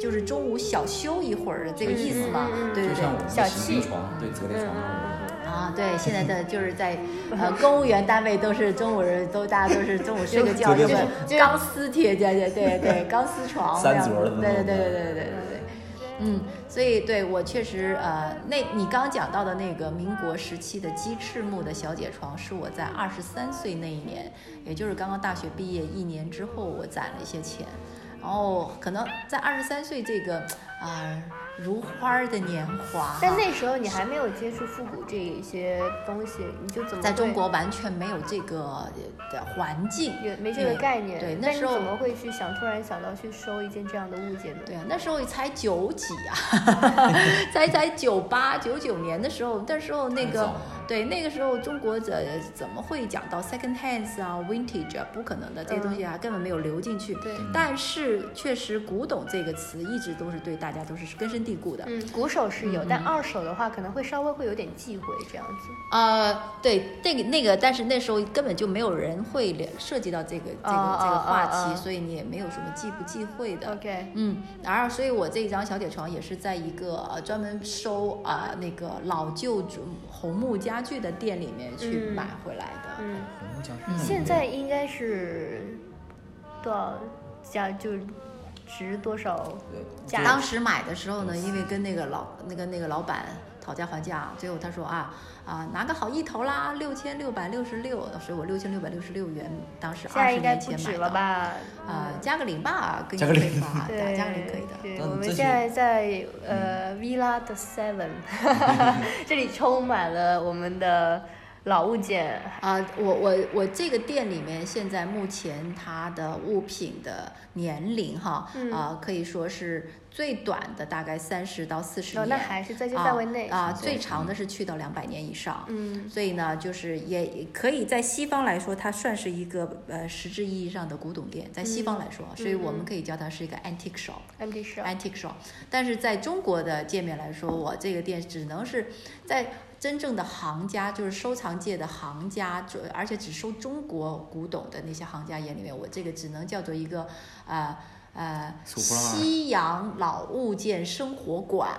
[SPEAKER 3] 就是中午小休一会儿的这个意思嘛，对对
[SPEAKER 2] 就
[SPEAKER 3] 对
[SPEAKER 2] 像我。们的
[SPEAKER 1] 小
[SPEAKER 2] 行
[SPEAKER 1] 气嗯
[SPEAKER 2] 军床，对折叠床那种。
[SPEAKER 3] 啊，对，现在的就是在呃公务员单位都是中午人都大家都是中午睡个觉，
[SPEAKER 2] 就
[SPEAKER 3] 就是是
[SPEAKER 1] 就是
[SPEAKER 3] 钢丝铁，对对对对，钢丝床这
[SPEAKER 2] 三
[SPEAKER 3] 样子
[SPEAKER 2] 足儿的，
[SPEAKER 3] 对对
[SPEAKER 2] 那种
[SPEAKER 3] 对对对对对对。嗯，所以对我确实，呃，那你刚刚讲到的那个民国时期的鸡翅木的小姐床，是我在二十三岁那一年，也就是刚刚大学毕业一年之后，我攒了一些钱，然后可能在二十三岁这个啊、如花儿的年华啊，
[SPEAKER 1] 但那时候你还没有接触复古这一些东西，你就怎么
[SPEAKER 3] 在中
[SPEAKER 1] 会
[SPEAKER 3] 国完全没有这个呃的环境，
[SPEAKER 1] 也没这个
[SPEAKER 3] 对
[SPEAKER 1] 概念？
[SPEAKER 3] 嗯对，那
[SPEAKER 1] 但是
[SPEAKER 3] 时候
[SPEAKER 1] 怎么会去想突然想到去收一件这样的物件呢？
[SPEAKER 3] 对啊，那时候才九几 啊，才才九八九九年的时候，那时候那
[SPEAKER 2] 很早
[SPEAKER 3] 个对那个时候中国怎怎么会讲到 second hands 啊 vintage 啊？不可能的，这些东西啊、根本没有流进去。
[SPEAKER 1] 嗯对
[SPEAKER 3] 但是确实“古董”这个词一直都是对大家都是根深蒂固的。
[SPEAKER 1] 嗯，鼓手是有，但二手的话可能会稍微会有点忌讳这样子。
[SPEAKER 3] 呃，对，那个那个，但是那时候根本就没有人会了涉及到这个这个、
[SPEAKER 1] 哦
[SPEAKER 3] 这个话题，
[SPEAKER 1] 哦哦哦
[SPEAKER 3] 所以你也没有什么忌不忌讳的。
[SPEAKER 1] OK，
[SPEAKER 3] 嗯，然后所以我这一张小铁床也是在一个呃专门收啊、那个老旧竹红木家具的店里面去
[SPEAKER 1] 嗯
[SPEAKER 3] 买回来的。
[SPEAKER 1] 嗯，
[SPEAKER 2] 红墙那么
[SPEAKER 1] 现
[SPEAKER 2] 贵
[SPEAKER 1] 在应该是多少价就值多少价？
[SPEAKER 3] 当时买的时候呢，因为跟那个老那个那个老板讨价还价，最后他说啊啊拿个好意头啦，六千六百六十六，所以我六千六百六十六元，当时
[SPEAKER 1] 现
[SPEAKER 3] 二
[SPEAKER 1] 在
[SPEAKER 3] 十
[SPEAKER 1] 应该
[SPEAKER 3] 年
[SPEAKER 1] 不
[SPEAKER 3] 前
[SPEAKER 1] 止
[SPEAKER 3] 买
[SPEAKER 1] 了
[SPEAKER 3] 的。啊、
[SPEAKER 1] 吧？
[SPEAKER 3] 加个零吧，可以
[SPEAKER 2] 加个零
[SPEAKER 3] 可以吧，
[SPEAKER 1] 对，
[SPEAKER 3] 啊加个零可以的。
[SPEAKER 1] 对，
[SPEAKER 2] 但
[SPEAKER 1] 我们
[SPEAKER 2] 这
[SPEAKER 1] 现
[SPEAKER 2] 些
[SPEAKER 1] 在在呃 Villa 的 Seven，这里充满了我们的老物件。哦
[SPEAKER 3] 啊、我我我这个店里面现在目前它的物品的年龄哈，啊、
[SPEAKER 1] 嗯
[SPEAKER 3] 可以说是最短的大概三十到四十
[SPEAKER 1] 哦
[SPEAKER 3] 年、，
[SPEAKER 1] 那还是在这范围内。
[SPEAKER 3] 啊、啊最长的是去到两百年以上。
[SPEAKER 1] 嗯，
[SPEAKER 3] 所以呢，就是也也可以在西方来说，它算是一个呃实质意义上的古董店，在西
[SPEAKER 1] 嗯
[SPEAKER 3] 方来说，所以我们可以叫它是一个 antique shop。
[SPEAKER 1] m d 是
[SPEAKER 3] antique shop，但是在中国的界面来说，我这个店只能是在真正的行家，就是收藏界的行家，就而且只收中国古董的那些行家眼里面，我这个只能叫做一个呃呃
[SPEAKER 2] 俗不拉烂
[SPEAKER 3] 西洋老物件生活馆，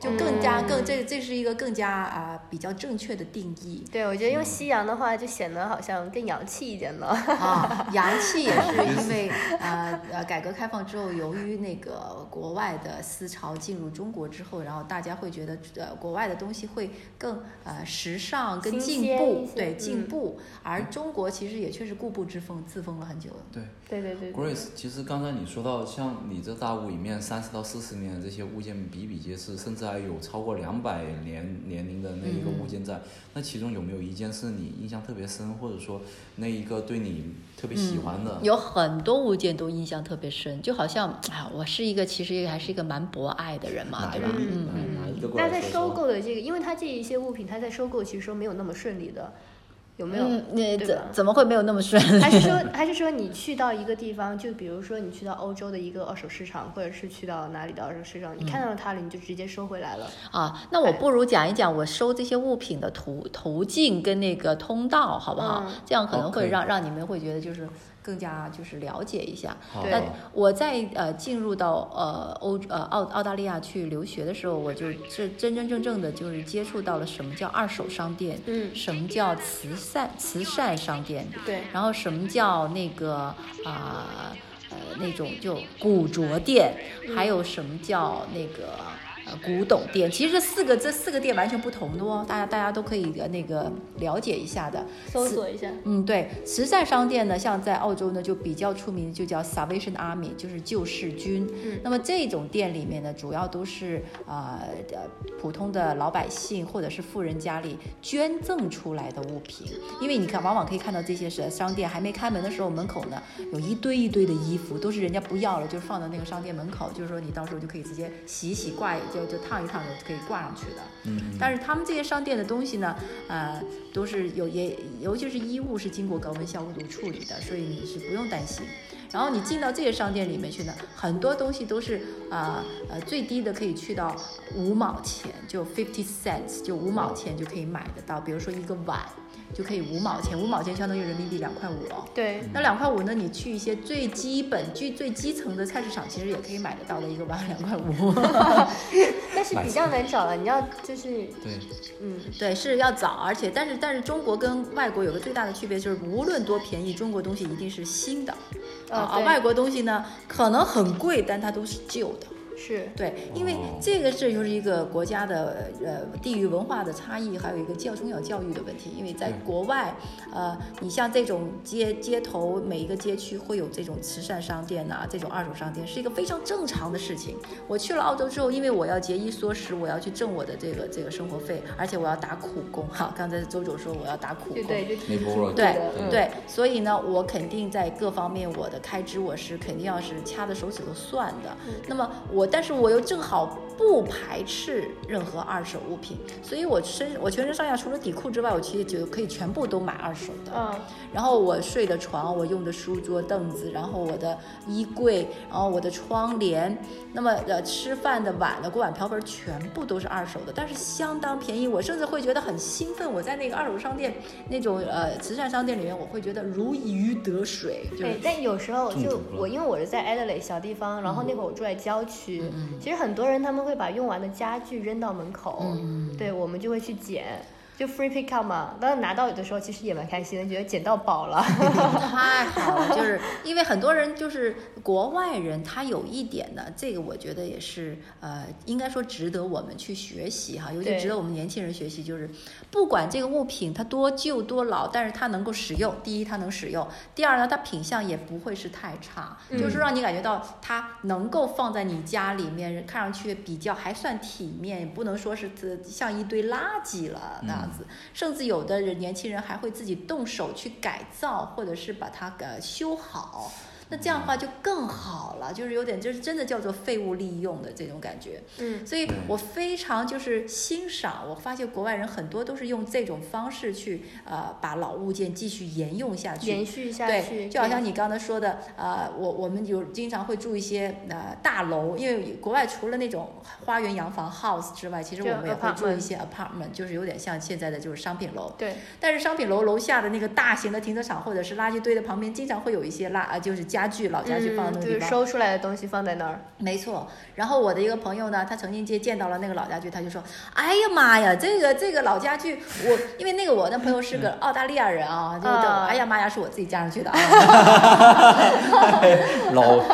[SPEAKER 3] 就更加更这这是一个更加啊、比较正确的定义。
[SPEAKER 1] 对，我觉得用西洋的话，就显得好像更洋气一点了。
[SPEAKER 3] 啊，洋气也 是因为呃呃，改革开放之后，由于那个国外的思潮进入中国之后，然后大家会觉得呃国外的东西会更呃时尚、更
[SPEAKER 1] 新
[SPEAKER 3] 进
[SPEAKER 1] 鲜
[SPEAKER 3] 步
[SPEAKER 1] 一，些
[SPEAKER 3] 对
[SPEAKER 1] 嗯
[SPEAKER 3] 进步，而中国其实也确实固步自封，自封了很久了。
[SPEAKER 2] 对
[SPEAKER 1] 对对对对
[SPEAKER 2] Grace，其实刚才你说到，像你这大屋里面三十到四十年的这些物件比比皆是，甚至还有超过两百年年龄的那一个物件在。
[SPEAKER 1] 嗯
[SPEAKER 2] 那其中有没有一件是你印象特别深，或者说那一个对你特别喜欢的？
[SPEAKER 1] 嗯
[SPEAKER 3] 有很多物件都印象特别深，就好像啊，我是一个其实还是一个蛮博爱的人嘛，
[SPEAKER 2] 哪
[SPEAKER 3] 对
[SPEAKER 2] 一
[SPEAKER 3] 吧
[SPEAKER 2] 个？？
[SPEAKER 1] 嗯
[SPEAKER 2] 哪哪一个过
[SPEAKER 1] 那
[SPEAKER 2] 来
[SPEAKER 1] 在
[SPEAKER 2] 说
[SPEAKER 1] 收
[SPEAKER 2] 说
[SPEAKER 1] 购的这个，因为它这一些物品，它在收购其实说没有那么顺利的，有没有？
[SPEAKER 3] 嗯，那
[SPEAKER 1] 对
[SPEAKER 3] 怎
[SPEAKER 1] 吧
[SPEAKER 3] 怎么会没有那么顺 利？
[SPEAKER 1] 还是说，还是说你去到一个地方，就比如说你去到欧洲的一个二手市场，或者是去到哪里的二手市场，你
[SPEAKER 3] 嗯
[SPEAKER 1] 看到它了，你就直接收回来了。
[SPEAKER 3] 啊，那我不如讲一讲我收这些物品的途途径跟那个通道，好不好？
[SPEAKER 1] 嗯
[SPEAKER 3] 这样可能
[SPEAKER 2] 好可
[SPEAKER 3] 会
[SPEAKER 2] 以
[SPEAKER 3] 让让你们会觉得就是更加就是了解一下。
[SPEAKER 2] 好
[SPEAKER 1] 对
[SPEAKER 3] 那我在呃进入到呃欧呃澳澳大利亚去留学的时候，我就这真真正正的就是接触到了什么叫二手商店，
[SPEAKER 1] 嗯
[SPEAKER 3] 什么叫慈善慈善商店，
[SPEAKER 1] 对
[SPEAKER 3] 然后什么叫那个啊呃那种就古着店，还有什么叫那个呃古董店？其实这四个这四个店完全不同的哦，大家大家都可以呃那个了解一下的。
[SPEAKER 1] 搜索一下。
[SPEAKER 3] 嗯，对，慈善商店呢，像在澳洲呢就比较出名，就叫 Salvation Army，就是救世军。
[SPEAKER 1] 嗯
[SPEAKER 3] 那么这种店里面呢，主要都是呃呃普通的老百姓或者是富人家里捐赠出来的物品，因为你看，往往可以看到这些商商店还没开门的时候，门口呢有一堆一堆的衣服，都是人家不要了，就放到那个商店门口，就是说你到时候就可以直接洗一洗挂，就就烫一烫就可以挂上去的。但是他们这些商店的东西呢，呃，都是有也，尤其是衣物是经过高温消毒处理的，所以你是不用担心。然后你进到这些商店里面去呢，很多东西都是啊呃最低的可以去到五毛钱，就 fifty cents，就五毛钱就可以买得到。比如说一个碗就可以五毛钱，五毛钱相当于人民币两块五哦。
[SPEAKER 1] 对，
[SPEAKER 3] 那两块五呢？你去一些最基本、最最基层的菜市场，其实也可以买得到的一个碗，两块五。
[SPEAKER 1] 但是比较难找了，你要就是
[SPEAKER 2] 对，
[SPEAKER 1] 嗯，
[SPEAKER 3] 对，是要早，而且但是但是中国跟外国有个最大的区别就是，无论多便宜，中国东西一定是新的，
[SPEAKER 1] 啊
[SPEAKER 3] 啊，
[SPEAKER 1] 对
[SPEAKER 3] 外国东西呢可能很贵，但它都是旧的。
[SPEAKER 1] 是
[SPEAKER 3] 对，因为这个这就是一个国家的呃地域文化的差异，还有一个教中小教育的问题。因为在
[SPEAKER 2] 对
[SPEAKER 3] 国外，呃，你像这种街街头每一个街区会有这种慈善商店呐、这种二手商店是一个非常正常的事情。我去了澳洲之后，因为我要节衣缩食，我要去挣我的这个这个生活费，而且我要打苦工哈。刚才周总说我要打苦工，
[SPEAKER 1] 对对，就
[SPEAKER 2] 那
[SPEAKER 1] 挺
[SPEAKER 2] 波儿
[SPEAKER 3] 对
[SPEAKER 1] 的嗯
[SPEAKER 3] 对，所以呢，我肯定在各方面我的开支我是肯定要是掐着手指头算的。那么我，但是我又正好不排斥任何二手物品，所以我身我全身上下除了底裤之外，我其实就可以全部都买二手的。
[SPEAKER 1] 嗯，
[SPEAKER 3] 然后我睡的床，我用的书桌、凳子，然后我的衣柜，然后我的窗帘，那么呃吃饭的碗的锅碗瓢盆全部都是二手的，但是相当便宜，我甚至会觉得很兴奋。我在那个二手商店那种呃慈善商店里面，我会觉得如鱼得水，就
[SPEAKER 1] 对
[SPEAKER 3] 是，嗯
[SPEAKER 1] 但有时候
[SPEAKER 2] 中
[SPEAKER 1] 就
[SPEAKER 2] 毒了
[SPEAKER 1] 我，因为我是在 Adelaide 小地方，然后那会儿我住在郊区，其实很多人他们会把用完的家具扔到门口，
[SPEAKER 3] 嗯
[SPEAKER 1] 对我们就会去捡，就 free pick up 嘛。当然拿到有的时候其实也蛮开心的，觉得捡到宝了。
[SPEAKER 3] 太好了，就是因为很多人就是国外人，他有一点呢，这个我觉得也是呃，应该说值得我们去学习哈，尤其
[SPEAKER 1] 对
[SPEAKER 3] 值得我们年轻人学习，就是不管这个物品它多旧多老，但是它能够使用，第一它能使用，第二呢它品相也不会是太差，
[SPEAKER 1] 嗯
[SPEAKER 3] 就是让你感觉到它能够放在你家里面，看上去比较还算体面，也不能说是呃像一堆垃圾了那样子。甚至有的人年轻人还会自己动手去改造，或者是把它呃修好。那这样的话就更好了，就是有点就是真的叫做废物利用的这种感觉。
[SPEAKER 1] 嗯，
[SPEAKER 3] 所以我非常就是欣赏，我发现国外人很多都是用这种方式去呃把老物件继续沿用下去，
[SPEAKER 1] 延续下 去，
[SPEAKER 3] 对，就好像你刚才说的，呃，我我们有经常会住一些呃大楼，因为国外除了那种花园洋房 house 之外，其实
[SPEAKER 1] 就
[SPEAKER 3] 我们也会住
[SPEAKER 1] apartment
[SPEAKER 3] 一些 apartment，就是有点像现在的就是商品楼。
[SPEAKER 1] 对
[SPEAKER 3] 但是商品楼楼下的那个大型的停车场或者是垃圾堆的旁边，经常会有一些垃呃就是家具老家具放
[SPEAKER 1] 嗯
[SPEAKER 3] 在那
[SPEAKER 1] 就
[SPEAKER 3] 个地
[SPEAKER 1] 是
[SPEAKER 3] 方。
[SPEAKER 1] 收出来的东西放在那儿，
[SPEAKER 3] 没错，然后我的一个朋友呢，他曾经见见到了那个老家具，他就说：“哎呀妈呀，这个这个老家具，我因为那个我那朋友 是个澳大利亚人啊，就等、
[SPEAKER 1] 啊
[SPEAKER 3] 哎呀妈呀，是我自己加上去的啊。”
[SPEAKER 2] 老 是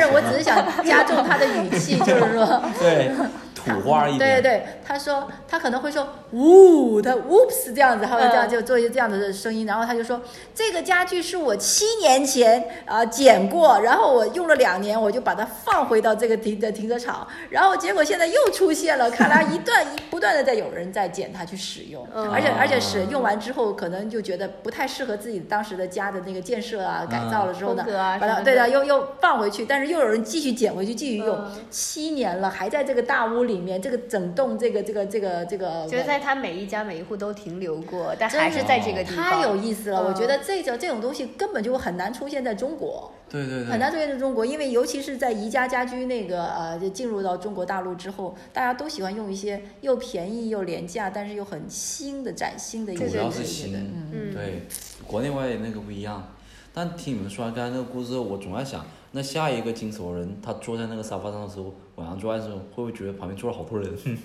[SPEAKER 2] 往
[SPEAKER 3] 是但是
[SPEAKER 2] 那
[SPEAKER 3] 我
[SPEAKER 2] 扯
[SPEAKER 3] 只是想加重他的语气，就是说，
[SPEAKER 2] 对土 花一
[SPEAKER 3] 对
[SPEAKER 2] 点，
[SPEAKER 3] 对对，他说他可能会说呜，他 whoops 这样子，还会这样
[SPEAKER 1] 嗯
[SPEAKER 3] 就做一些这样的声音，然后他就说这个家具是我七年前啊、捡过，然后我用了两年，我就把它放回到这个停的停车场，然后结果现在又出现了，看来一段一不断的在有人在捡它去使用，
[SPEAKER 1] 嗯
[SPEAKER 3] 而且而且使
[SPEAKER 2] 啊
[SPEAKER 3] 用完之后，可能就觉得不太适合自己当时的家的那个建设啊、改造了之后呢
[SPEAKER 1] 风格啊，
[SPEAKER 3] 把
[SPEAKER 1] 什
[SPEAKER 3] 它
[SPEAKER 1] 么
[SPEAKER 3] 对
[SPEAKER 1] 的
[SPEAKER 3] 的又又放回去，但是又有人继续捡回去继续用，
[SPEAKER 1] 嗯
[SPEAKER 3] 七年了，还在这个大屋里面，这个整栋这个这个这个这个，
[SPEAKER 1] 就是在他每一家每一户都停留过，但
[SPEAKER 3] 真
[SPEAKER 1] 还是
[SPEAKER 3] 是
[SPEAKER 1] 在这个地方。
[SPEAKER 3] 太有意思
[SPEAKER 1] 嗯
[SPEAKER 3] 了。我觉得这种这种东西根本就很难出现在中国，
[SPEAKER 2] 对对对，
[SPEAKER 3] 嗯很难出现在中国，因为尤其是在宜家家居那个呃就进入到中国大陆之后，大家都喜欢用一些又便宜又廉价，但是又很新的崭新的一些
[SPEAKER 2] 主要
[SPEAKER 3] 东
[SPEAKER 2] 是
[SPEAKER 3] 西。
[SPEAKER 2] 新，
[SPEAKER 3] 对
[SPEAKER 1] 嗯
[SPEAKER 2] 对，国内外那个不一样。但听你们说完刚才那个故事后，我总在想，那下一个金手人他坐在那个沙发上的时候，晚上做爱的时候，会不会觉得旁边坐了好多人？ 就是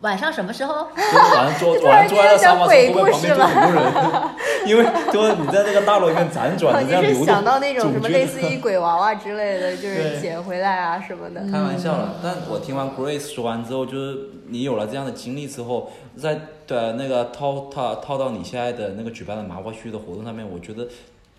[SPEAKER 3] 晚上什么时候？
[SPEAKER 2] 晚上 坐，晚上坐在那沙发上，会不会旁边坐很多人？ 因为就是你在那个大楼里面辗
[SPEAKER 1] 我
[SPEAKER 2] 转，你
[SPEAKER 1] 就
[SPEAKER 2] 在流
[SPEAKER 1] 是
[SPEAKER 2] 动，
[SPEAKER 1] 想到那种什么
[SPEAKER 2] 总觉得
[SPEAKER 1] 类似于鬼娃娃之类的，就是
[SPEAKER 2] 对
[SPEAKER 1] 捡回来啊什么的。
[SPEAKER 3] 嗯
[SPEAKER 2] 开玩笑了，但我听完 Grace 说完之后，就是你有了这样的经历之后，在的那个套套套到你现在的那个举办的麻花区的活动上面，我觉得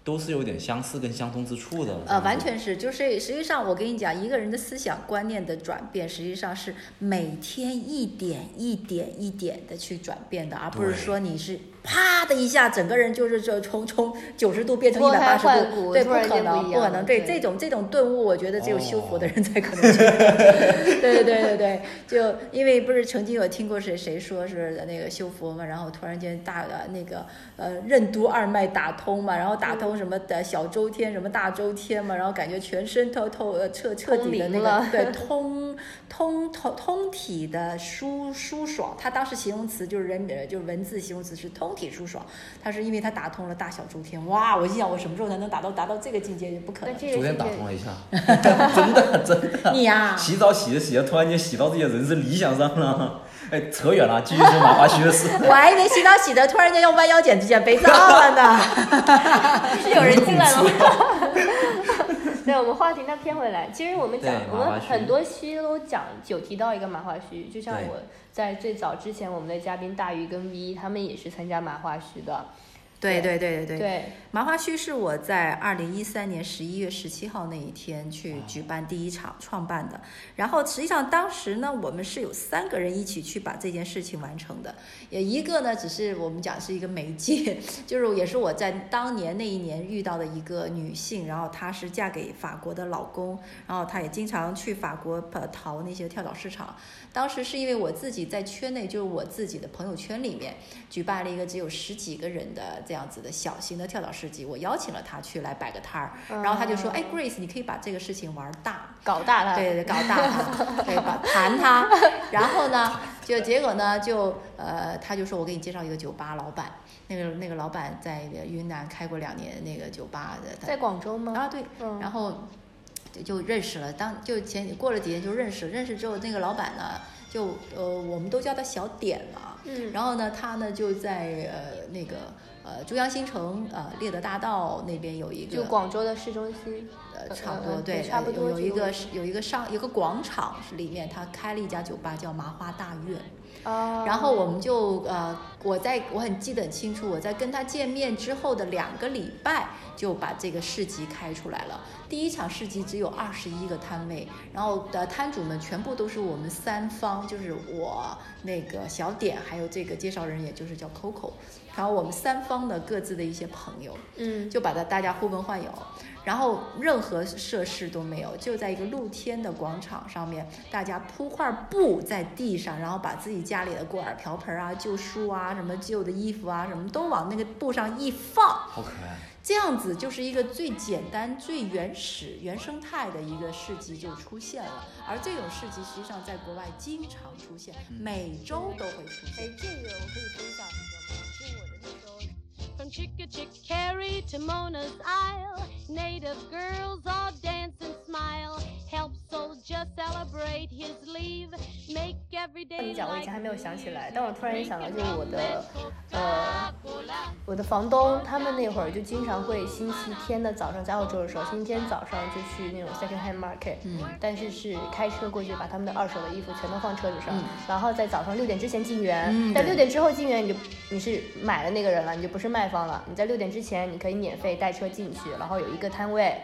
[SPEAKER 2] 都是有点相似跟相通之处的。
[SPEAKER 3] 呃，完全是，就是实际上我跟你讲，一个人的思想观念的转变，实际上是每天一点一点一点的去转变的，而不是
[SPEAKER 2] 对
[SPEAKER 3] 说你是啪的一下，整个人就是就从从九十度变成一
[SPEAKER 1] 脱
[SPEAKER 3] 百
[SPEAKER 1] 胎
[SPEAKER 3] 八十
[SPEAKER 1] 换
[SPEAKER 3] 度，
[SPEAKER 1] 骨
[SPEAKER 3] 对，
[SPEAKER 1] 突
[SPEAKER 3] 不
[SPEAKER 1] 然
[SPEAKER 3] 可
[SPEAKER 1] 间不
[SPEAKER 3] 能，
[SPEAKER 1] 一
[SPEAKER 3] 不可
[SPEAKER 1] 样
[SPEAKER 3] 能，
[SPEAKER 1] 对
[SPEAKER 3] 对这种这种顿悟，我觉得只有修佛的
[SPEAKER 2] 哦
[SPEAKER 3] 人才可能去对对对对对，就因为不是曾经有听过谁谁说是那个修佛嘛，然后突然间大呃那个呃任督二脉打通嘛，然后打通什么的小周天什么大周天嘛，然后感觉全身透透呃彻彻底的
[SPEAKER 1] 通
[SPEAKER 3] 那
[SPEAKER 1] 灵了
[SPEAKER 3] 个对通通通通体的舒舒爽，他当时形容词就是人呃就是文字形容词是通体舒爽。他是因为他打通了大小周天，哇！我心想我什么时候才能达到达到这个啊境界？不可
[SPEAKER 1] 那
[SPEAKER 3] 能。
[SPEAKER 1] 这个
[SPEAKER 2] 昨天
[SPEAKER 1] 是
[SPEAKER 2] 打
[SPEAKER 1] 这
[SPEAKER 2] 通了一下，真的真的。
[SPEAKER 3] 你呀、
[SPEAKER 2] 洗澡洗着洗着，突然间洗到自己的人生理想上了。 哎，扯远了，继续说马华学的 事。
[SPEAKER 3] 我还以为洗澡洗的，突然间要弯腰捡捡肥皂了呢。
[SPEAKER 1] 是有人进来了吗？ 对，我们话题那偏回来，其实我们讲
[SPEAKER 2] 对，
[SPEAKER 1] 我
[SPEAKER 2] 麻花
[SPEAKER 1] 们
[SPEAKER 2] 须
[SPEAKER 1] 很多期都讲有提到一个麻花须，就像
[SPEAKER 2] 对
[SPEAKER 1] 我在最早之前，我们的嘉宾大鱼跟 V 他们也是参加麻花须的，
[SPEAKER 3] 对对对对对，
[SPEAKER 1] 对，
[SPEAKER 3] 麻花须是我在二零一三年十一月十七号那一天去举办第一场创办的。然后实际上当时呢，我们是有三个人一起去把这件事情完成的。也一个呢，只是我们讲是一个媒介， 就是也是我在当年那一年遇到的一个女性，然后她是嫁给法国的老公，然后她也经常去法国呃淘那些跳蚤市场。当时是因为我自己在圈内，就是我自己的朋友圈里面举办了一个只有十几个人的这样子的小型的跳蚤市集，我邀请了她去来摆个摊儿，然后她就说：“哎，Grace，你可以把这个事情玩大。”
[SPEAKER 1] 搞大他，
[SPEAKER 3] 对对，搞大他，对 吧？盘他，然后呢，就结果呢，就呃，他就说我给你介绍一个酒吧老板，那个那个老板在云南开过两年那个酒吧的，他
[SPEAKER 1] 在广州吗？
[SPEAKER 3] 啊对，
[SPEAKER 1] 嗯，
[SPEAKER 3] 然后就就认识了，当就前过了几天就认识，认识之后那个老板呢，就呃我们都叫他小点嘛，
[SPEAKER 1] 嗯，
[SPEAKER 3] 然后呢，他呢就在呃那个呃珠江新城呃猎德大道那边有一个
[SPEAKER 1] 嗯就广州的市中心，
[SPEAKER 3] 呃，
[SPEAKER 1] 呃
[SPEAKER 3] 差不
[SPEAKER 1] 呃
[SPEAKER 3] 多，对，
[SPEAKER 1] 差不多
[SPEAKER 3] 呃有有一
[SPEAKER 1] 就
[SPEAKER 3] 个是有一个上有个广场里面，他开了一家酒吧叫麻花大院，
[SPEAKER 1] 啊，
[SPEAKER 3] 然后我们就呃，我在我很记得很清楚，我在跟他见面之后的两个礼拜就把这个市集开出来了。第一场市集只有二十一个摊位，然后的摊主们全部都是我们三方，就是我那个小点，还有这个介绍人，也就是叫 Coco，然后我们三方的各自的一些朋友，
[SPEAKER 1] 嗯，
[SPEAKER 3] 就把它大家呼朋唤友，然后任何设施都没有，就在一个露天的广场上面，大家铺块布在地上，然后把自己家里的锅碗瓢盆啊、旧书啊、什么旧的衣服啊，什么都往那个布上一放，
[SPEAKER 2] 好可爱，
[SPEAKER 3] 这样子就是一个最简单、最原始、原生态的一个市集就出现了。而这种市集实际上在国外经常出现，每周都会出现。
[SPEAKER 1] 哎，这个我可以分享一个吗？就我的那时候
[SPEAKER 5] From Chicka Chick Carry to Mona's Isle, native girls all dance and smile. Help soldier celebrate his leave. Make every
[SPEAKER 1] 跟
[SPEAKER 5] day
[SPEAKER 1] 你讲，我以
[SPEAKER 5] like
[SPEAKER 1] 前还没有想起来，但
[SPEAKER 5] new.
[SPEAKER 1] 我突然想到，就是我的
[SPEAKER 5] Make
[SPEAKER 1] 呃，我的房东他们那会儿就经常会星期天的早上，在澳洲的时候，星期天早上就去那种 second hand market，
[SPEAKER 3] 嗯
[SPEAKER 1] 但是是开车过去，把他们的二手的衣服全都放车子上，
[SPEAKER 3] 嗯
[SPEAKER 1] 然后在早上六点之前进园，
[SPEAKER 3] 嗯
[SPEAKER 1] 但
[SPEAKER 3] 对
[SPEAKER 1] 六点之后进园，你就你是买了那个人了，你就不是卖方了，你在六点之前你可以免费带车进去，然后有一个摊位，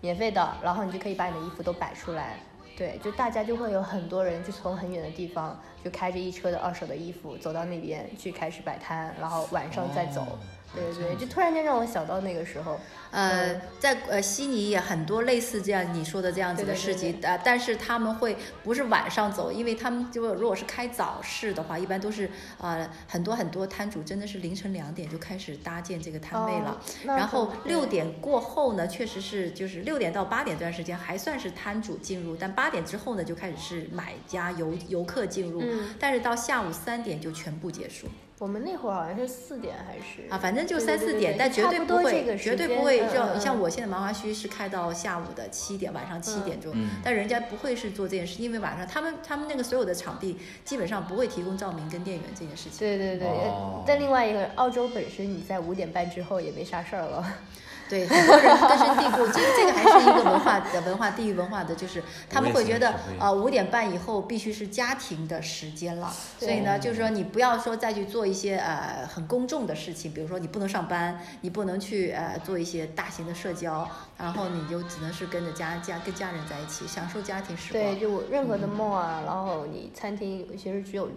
[SPEAKER 1] 免费的，然后你就可以把你的衣服都摆出来。对，就大家就会有很多人，就从很远的地方，就开着一车的二手的衣服走到那边去开始摆摊，然后晚上再走。
[SPEAKER 2] 哦
[SPEAKER 1] 对对对，就突然间让我想到那个时候，嗯
[SPEAKER 3] 呃，在呃悉尼也很多类似这样你说的这样子
[SPEAKER 1] 对
[SPEAKER 3] 的
[SPEAKER 1] 对
[SPEAKER 3] 市
[SPEAKER 1] 对
[SPEAKER 3] 集，呃，但是他们会不是晚上走，因为他们就如果是开早市的话，一般都是呃很多很多摊主真的是凌晨两点就开始搭建这个摊位了，
[SPEAKER 1] 哦那
[SPEAKER 3] 然后
[SPEAKER 1] 可能
[SPEAKER 3] 六点过后呢，确实是就是六点到八点这段时间还算是摊主进入，但八点之后呢就开始是买家游游客进入，
[SPEAKER 1] 嗯
[SPEAKER 3] 但是到下午三点就全部结束。
[SPEAKER 1] 我们那会儿好像是四点还是
[SPEAKER 3] 啊，反正就
[SPEAKER 1] 对
[SPEAKER 3] 三
[SPEAKER 1] 对
[SPEAKER 3] 四
[SPEAKER 1] 对
[SPEAKER 3] 点，
[SPEAKER 1] 对
[SPEAKER 3] 但绝
[SPEAKER 1] 差
[SPEAKER 3] 对
[SPEAKER 1] 不
[SPEAKER 3] 不
[SPEAKER 1] 多
[SPEAKER 3] 会
[SPEAKER 1] 这，个
[SPEAKER 3] 绝
[SPEAKER 1] 时
[SPEAKER 3] 对
[SPEAKER 1] 间
[SPEAKER 3] 不会
[SPEAKER 1] 嗯
[SPEAKER 3] 让你像
[SPEAKER 1] 嗯
[SPEAKER 3] 我现在麻花须是开到下午的七点，晚上七点钟
[SPEAKER 2] 嗯，
[SPEAKER 3] 但人家不会是做这件事，因为晚上他们他们那个所有的场地基本上不会提供照明跟电源这件事情。
[SPEAKER 1] 对对对，
[SPEAKER 2] 哦
[SPEAKER 1] 但另外一个，澳洲本身你在五点半之后也没啥事儿了。
[SPEAKER 3] 对，很多人根深蒂固，这这个还是一个文化的文化地域文化的，就是他们会觉得
[SPEAKER 2] 我也是我也是
[SPEAKER 3] 啊五点半以后必须是家庭的时间了，
[SPEAKER 1] 对
[SPEAKER 3] 所以呢，就是说你不要说再去做一些呃很公众的事情，比如说你不能上班，你不能去呃做一些大型的社交，然后你就只能是跟着家家跟家人在一起享受家庭时光
[SPEAKER 1] 对，。就我任
[SPEAKER 3] 嗯
[SPEAKER 1] 何的梦啊，然后你餐厅其实只有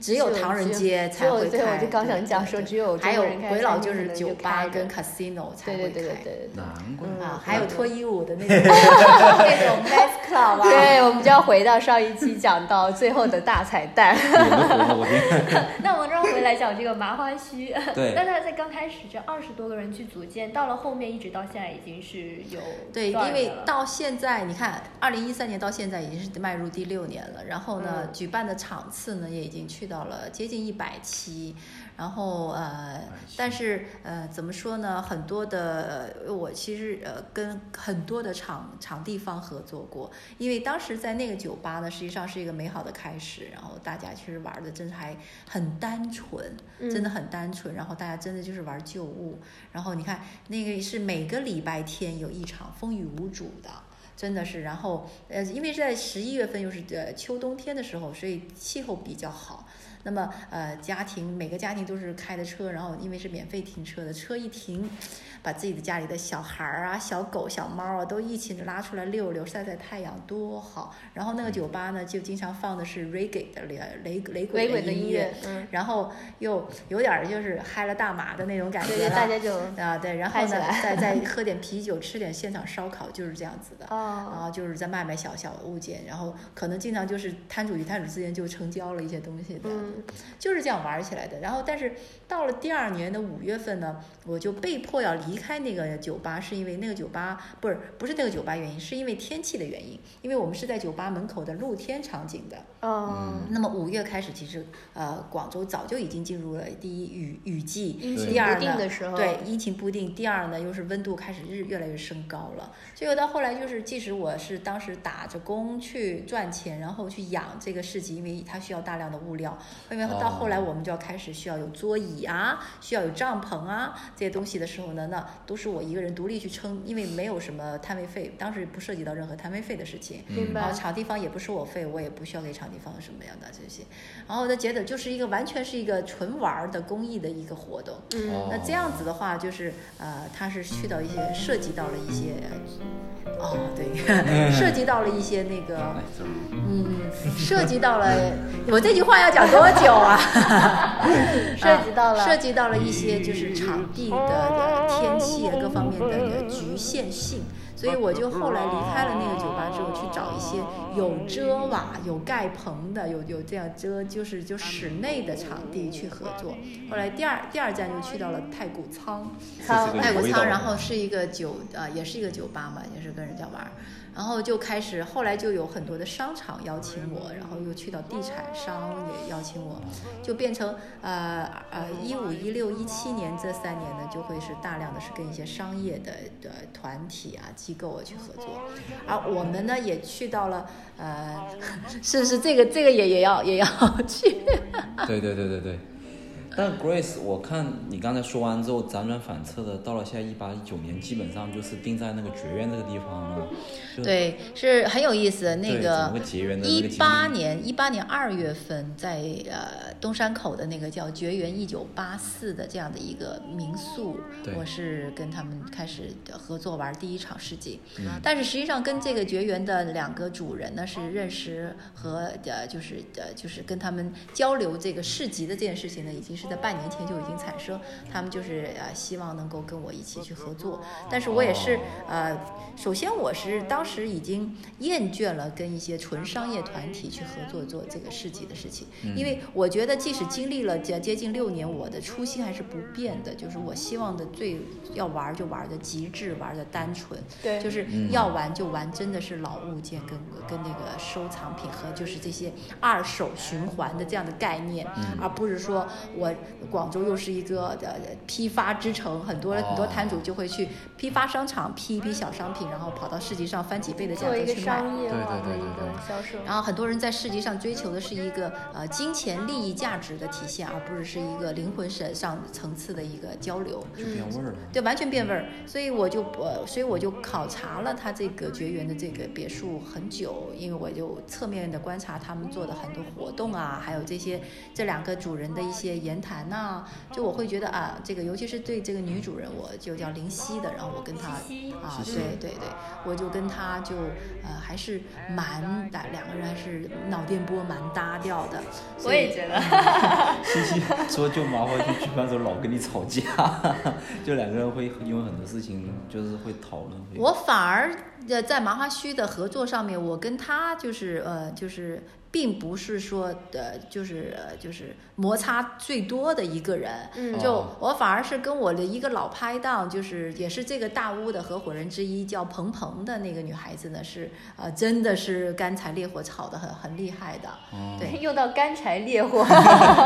[SPEAKER 3] 只有唐人街才会
[SPEAKER 1] 只有对
[SPEAKER 3] 开。
[SPEAKER 1] 我就刚想讲说
[SPEAKER 3] 对对
[SPEAKER 1] 只有
[SPEAKER 3] 还
[SPEAKER 1] 中
[SPEAKER 3] 有
[SPEAKER 1] 国人开
[SPEAKER 3] 回
[SPEAKER 1] 餐
[SPEAKER 3] 老
[SPEAKER 1] 厅
[SPEAKER 3] 是
[SPEAKER 1] 可能
[SPEAKER 3] 酒
[SPEAKER 1] 就
[SPEAKER 3] 吧
[SPEAKER 1] 开着
[SPEAKER 3] 跟 casino 才
[SPEAKER 1] 对对
[SPEAKER 3] 会
[SPEAKER 1] 对对
[SPEAKER 3] 开。
[SPEAKER 1] 对对。
[SPEAKER 2] 难怪。
[SPEAKER 3] 啊，
[SPEAKER 1] 嗯
[SPEAKER 3] 还有脱衣舞的那种那种 nice club 啊。
[SPEAKER 1] 对，我们就要回到上一期讲到最后的大彩蛋。
[SPEAKER 2] 也能活到我 天，
[SPEAKER 1] 那我们绕回来讲这个麻花须。
[SPEAKER 2] 对
[SPEAKER 1] 那他在刚开始这二十多个人去组建，到了后面一直到现在已经是有
[SPEAKER 3] 对，
[SPEAKER 1] 多少
[SPEAKER 3] 因为
[SPEAKER 1] 人了
[SPEAKER 3] 到现在，你看，二零一三年到现在已经是迈入第六年了，然后呢，
[SPEAKER 1] 嗯
[SPEAKER 3] 举办的场次呢也已经经去到了接近一百期，然后呃，但是呃，怎么说呢？很多的呃我其实呃跟很多的场场地方合作过，因为当时在那个酒吧呢，实际上是一个美好的开始，然后大家其实玩的真的还很单纯，
[SPEAKER 1] 嗯
[SPEAKER 3] 真的很单纯，然后大家真的就是玩旧物，然后你看那个是每个礼拜天有一场风雨无阻的。真的是，然后呃，因为是在十一月份，又是呃秋冬天的时候，所以气候比较好。那么呃，家庭每个家庭都是开的车，然后因为是免费停车的，车一停，把自己的家里的小孩儿啊、小狗、小猫啊都一起拉出来溜溜，晒晒太阳多好。然后那个酒吧呢，就经常放的是 reggae 的雷雷雷
[SPEAKER 1] 雷
[SPEAKER 3] 鬼
[SPEAKER 1] 鬼
[SPEAKER 3] 的
[SPEAKER 1] 的
[SPEAKER 3] 音
[SPEAKER 1] 音
[SPEAKER 3] 乐
[SPEAKER 1] 乐，，嗯，
[SPEAKER 3] 然后又有点儿就是嗨了大麻的那种感觉
[SPEAKER 1] 对
[SPEAKER 3] 了。
[SPEAKER 1] 对，大家就
[SPEAKER 3] 啊，对，然后
[SPEAKER 1] 嗨
[SPEAKER 3] 呢
[SPEAKER 1] 起来，
[SPEAKER 3] 再再喝点啤酒，吃点现场烧烤，就是这样子的。然
[SPEAKER 1] 哦，
[SPEAKER 3] 后就是在卖卖小小物件，然后可能经常就是摊主与摊主之间就成交了一些东西，这样、
[SPEAKER 1] 嗯
[SPEAKER 3] 就是这样玩起来的。然后，但是到了第二年的五月份呢，我就被迫要离开那个酒吧，是因为那个酒吧不是不是那个酒吧原因，是因为天气的原因，因为我们是在酒吧门口的露天场景的，
[SPEAKER 2] 嗯
[SPEAKER 1] 哦，
[SPEAKER 3] 那么五月开始，其实呃，广州早就已经进入了第一雨雨季，
[SPEAKER 1] 阴
[SPEAKER 2] 对
[SPEAKER 1] 晴
[SPEAKER 3] 第二
[SPEAKER 1] 不
[SPEAKER 3] 呢
[SPEAKER 1] 定的时候，
[SPEAKER 3] 对，阴晴不定。第二呢，又是温度开始日越来越升高了。结果到后来就是，即使我是当时打着工去赚钱，然后去养这个市集，因为它需要大量的物料，因为到后来
[SPEAKER 2] 哦
[SPEAKER 3] 我们就要开始需要有桌椅啊，需要有帐篷啊这些东西的时候呢，那都是我一个人独立去撑，因为没有什么摊位费，当时不涉及到任何摊位费的事情。
[SPEAKER 1] 明
[SPEAKER 3] 然
[SPEAKER 1] 白
[SPEAKER 3] 后，场地方也不收我费，我也不需要给场地方什么样的这些。然后呢，觉得就是一个完全是一个纯玩儿的公益的一个活动。
[SPEAKER 1] 嗯，
[SPEAKER 2] 哦
[SPEAKER 3] 那这样子的话，就是呃，它是去到一些涉及到了一些，哦，对， 涉及到了一些那个，
[SPEAKER 2] 哎，走
[SPEAKER 3] 嗯，涉及到了， 我这句话要讲多久啊？
[SPEAKER 2] 嗯
[SPEAKER 1] 涉及到了
[SPEAKER 3] 涉及到了一些就是场地的的天气啊各方面的那个局限性，所以我就后来离开了那个酒吧之后，去找一些有遮瓦、有盖棚的、有有这样遮就是就室内的场地去合作。后来第二第二站就去到了太古仓，
[SPEAKER 1] 好
[SPEAKER 2] 这，
[SPEAKER 3] 泰
[SPEAKER 2] 是个
[SPEAKER 3] 国
[SPEAKER 2] 味
[SPEAKER 3] 仓，
[SPEAKER 2] 道
[SPEAKER 3] 然后是一个酒，呃，也是一个酒吧嘛，也是跟人家玩儿，然后就开始，后来就有很多的商场邀请我，然后又去到地产商也邀请我，就变成呃呃一五一六一七年这三年呢，就会是大量的是跟一些商业的的团体啊机构啊去合作，而我们呢也去到了呃， 是是这个这个也也要也要 去，
[SPEAKER 2] 对对对对对。但 Grace，我看你刚才说完之后，辗转反侧的，到了现在一八一九年，基本上就是定在那个绝缘这个地方了。就，
[SPEAKER 3] 对，是很有意思。那
[SPEAKER 2] 对
[SPEAKER 3] 个
[SPEAKER 2] 怎么个结缘的那
[SPEAKER 3] 一
[SPEAKER 2] 个经
[SPEAKER 3] 八
[SPEAKER 2] 历
[SPEAKER 3] 年，一八年二月份在，呃东山口的那个叫绝缘一九八四的这样的一个民宿
[SPEAKER 2] 对，
[SPEAKER 3] 我是跟他们开始合作玩第一场世纪。
[SPEAKER 2] 嗯
[SPEAKER 3] 但是实际上跟这个绝缘的两个主人呢是认识和呃就是呃就是跟他们交流这个市集的这件事情呢，已经是在半年前就已经产生，他们就是呃希望能够跟我一起去合作，但是我也是
[SPEAKER 2] 哦
[SPEAKER 3] 呃，首先我是当时已经厌倦了跟一些纯商业团体去合作做这个市集的事情，因为我觉得即使经历了接接近六年，我的初心还是不变的，就是我希望的最要玩儿就玩儿的极致，玩儿的单纯，
[SPEAKER 1] 对
[SPEAKER 3] 就是要玩就玩，真的是老物件跟跟那个收藏品和就是这些二手循环的这样的概念，而不是说我广州又是一个呃批发之城，很多很多
[SPEAKER 2] 哦
[SPEAKER 3] 摊主就会去批发商场批一批小商品，然后跑到市集上翻几倍的价
[SPEAKER 1] 作
[SPEAKER 3] 格
[SPEAKER 1] 为一个
[SPEAKER 3] 去卖。
[SPEAKER 1] 商业
[SPEAKER 2] 对对
[SPEAKER 1] 化的
[SPEAKER 2] 对
[SPEAKER 1] 一
[SPEAKER 2] 对
[SPEAKER 1] 个
[SPEAKER 2] 对
[SPEAKER 1] 销售，
[SPEAKER 3] 然后很多人在市集上追求的是一个呃金钱利益价值的体现，而不是是一个灵魂上上层次的一个交流。
[SPEAKER 2] 就变味儿了。
[SPEAKER 3] 对，完全变味儿。所以我就呃，所以我就考察了他这个绝缘的这个别墅很久，因为我就侧面的观察他们做的很多活动啊，还有这些这两个主人的一些言谈呐、就我会觉得啊，这个尤其是对这个女主人，我就叫林夕的，然后我跟她
[SPEAKER 1] 西西
[SPEAKER 3] 啊，
[SPEAKER 2] 西西
[SPEAKER 3] 对对对，我就跟她就呃还是蛮两两个人还是脑电波蛮搭调的，所
[SPEAKER 1] 我
[SPEAKER 3] 以
[SPEAKER 1] 也觉得，
[SPEAKER 2] 西西说就麻烦去举办的时候老跟你吵架， 就两个人会因为很多事情就是会讨论。会
[SPEAKER 3] 我反而呃在麻花须的合作上面，我跟他就是呃就是。并不是说呃，就是呃，就是摩擦最多的一个人。
[SPEAKER 1] 嗯
[SPEAKER 3] 就
[SPEAKER 2] 哦
[SPEAKER 3] 我反而是跟我的一个老拍档，就是也是这个大屋的合伙人之一，叫鹏鹏的那个女孩子呢，是呃真的是干柴烈火炒的很很厉害的。
[SPEAKER 2] 哦，
[SPEAKER 3] 对
[SPEAKER 1] 用到干柴烈火，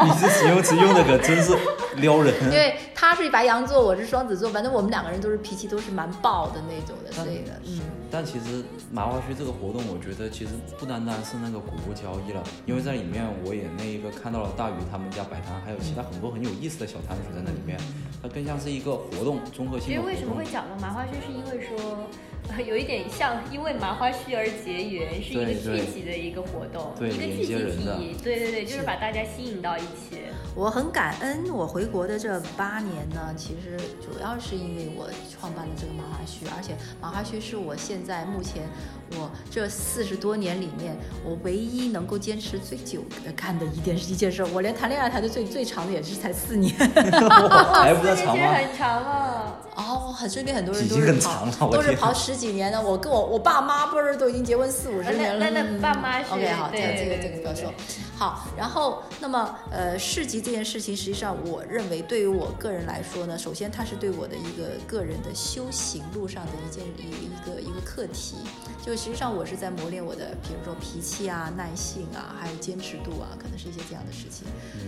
[SPEAKER 2] 你这形容词用的可真是撩
[SPEAKER 3] 因
[SPEAKER 2] 人。
[SPEAKER 3] 为他是白羊座，我是双子座，反正我们两个人都是脾气都是蛮暴的那种的，
[SPEAKER 2] 但
[SPEAKER 3] 对的，嗯，
[SPEAKER 2] 但其实麻花区这个活动，我觉得其实不单单是那个谷物交易了，因为在里面我也那一个看到了大鱼他们家摆摊，还有其他很多很有意思的小摊主在那里面，它更像是一个活动综合
[SPEAKER 1] 其
[SPEAKER 2] 性
[SPEAKER 1] 实
[SPEAKER 2] 的活
[SPEAKER 1] 为什么
[SPEAKER 2] 动
[SPEAKER 1] 会。 讲到麻花须，是因为说。呃有一点像，因为麻花须而结缘，是一个
[SPEAKER 2] 对对
[SPEAKER 1] 聚集的一个活动，
[SPEAKER 2] 对
[SPEAKER 1] 一个
[SPEAKER 2] 连
[SPEAKER 1] 聚集
[SPEAKER 2] 接人的
[SPEAKER 1] 体，对对对，就是
[SPEAKER 3] 是
[SPEAKER 1] 把大家吸引到一 起。
[SPEAKER 3] 我很感恩我回国的这八年呢，其实主要是因为我创办了这个麻花须，而且麻花须是我现在目前我这四十多年里面我唯一能够坚持最久的干的一件一件事儿，我连谈恋爱谈的最最长的也是才四年。
[SPEAKER 2] 哦 还不
[SPEAKER 1] 四年其
[SPEAKER 2] 在长
[SPEAKER 1] 实
[SPEAKER 2] 吗？
[SPEAKER 1] 很长了，
[SPEAKER 3] 哦，很身边很多人
[SPEAKER 2] 已
[SPEAKER 3] 都
[SPEAKER 2] 经
[SPEAKER 3] 是
[SPEAKER 2] 很
[SPEAKER 3] 跑
[SPEAKER 2] 长了，我
[SPEAKER 3] 都是
[SPEAKER 2] 天
[SPEAKER 3] 跑十几年的。我跟我我爸妈不是都已经结婚四五十
[SPEAKER 1] 呃那
[SPEAKER 3] 年了。嗯
[SPEAKER 1] 那那爸妈是
[SPEAKER 3] OK 好，这
[SPEAKER 1] 对
[SPEAKER 3] 个这个
[SPEAKER 1] 对
[SPEAKER 3] 这个不要
[SPEAKER 1] 对
[SPEAKER 3] 说。好，然后那么呃，市集这件事情，实际上我认为对于我个人来说呢，首先它是对我的一个个人的修行路上的一件一一个一个课题。就实际上我是在磨练我的，比如说脾气啊、耐性啊，还有坚持度啊，可能是一些这样的事情。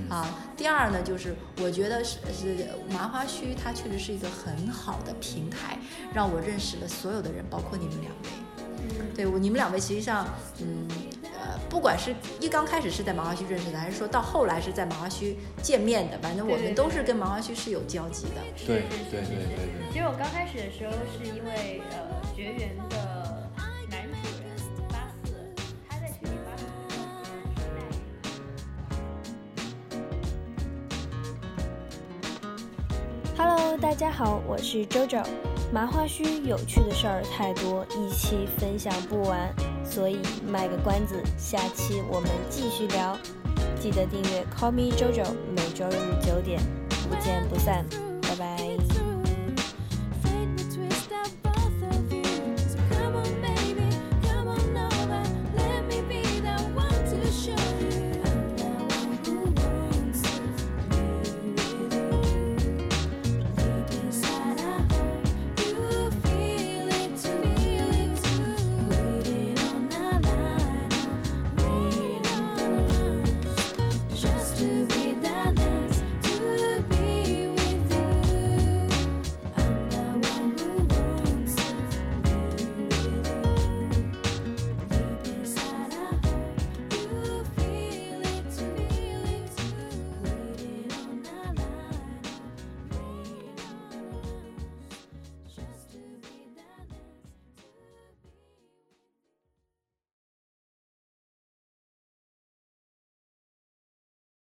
[SPEAKER 3] 啊，第二呢，就是我觉得是是麻花须，它确实是一个很好的平台，让我认识了所有的人，包括你们两位。对我，你们两位实际上，嗯，呃，不管是一刚开始是在麻花须认识的，还是说到后来是在麻花须见面的，反正我
[SPEAKER 1] 对对
[SPEAKER 3] 们都是跟麻花须是有交集的。
[SPEAKER 2] 对
[SPEAKER 1] 是是
[SPEAKER 2] 对
[SPEAKER 1] 是
[SPEAKER 2] 对
[SPEAKER 1] 是
[SPEAKER 2] 对
[SPEAKER 1] 是
[SPEAKER 2] 对
[SPEAKER 1] 其实我刚开始的时候是因为呃绝缘的男主人八四，他在群里发布说男生在。
[SPEAKER 6] Hello，大家好，我是 JoJo。麻花须有趣的事儿太多，一期分享不完，所以卖个关子，下期我们继续聊。记得订阅 Call Me JoJo，每周日九点，不见不散。
[SPEAKER 5] through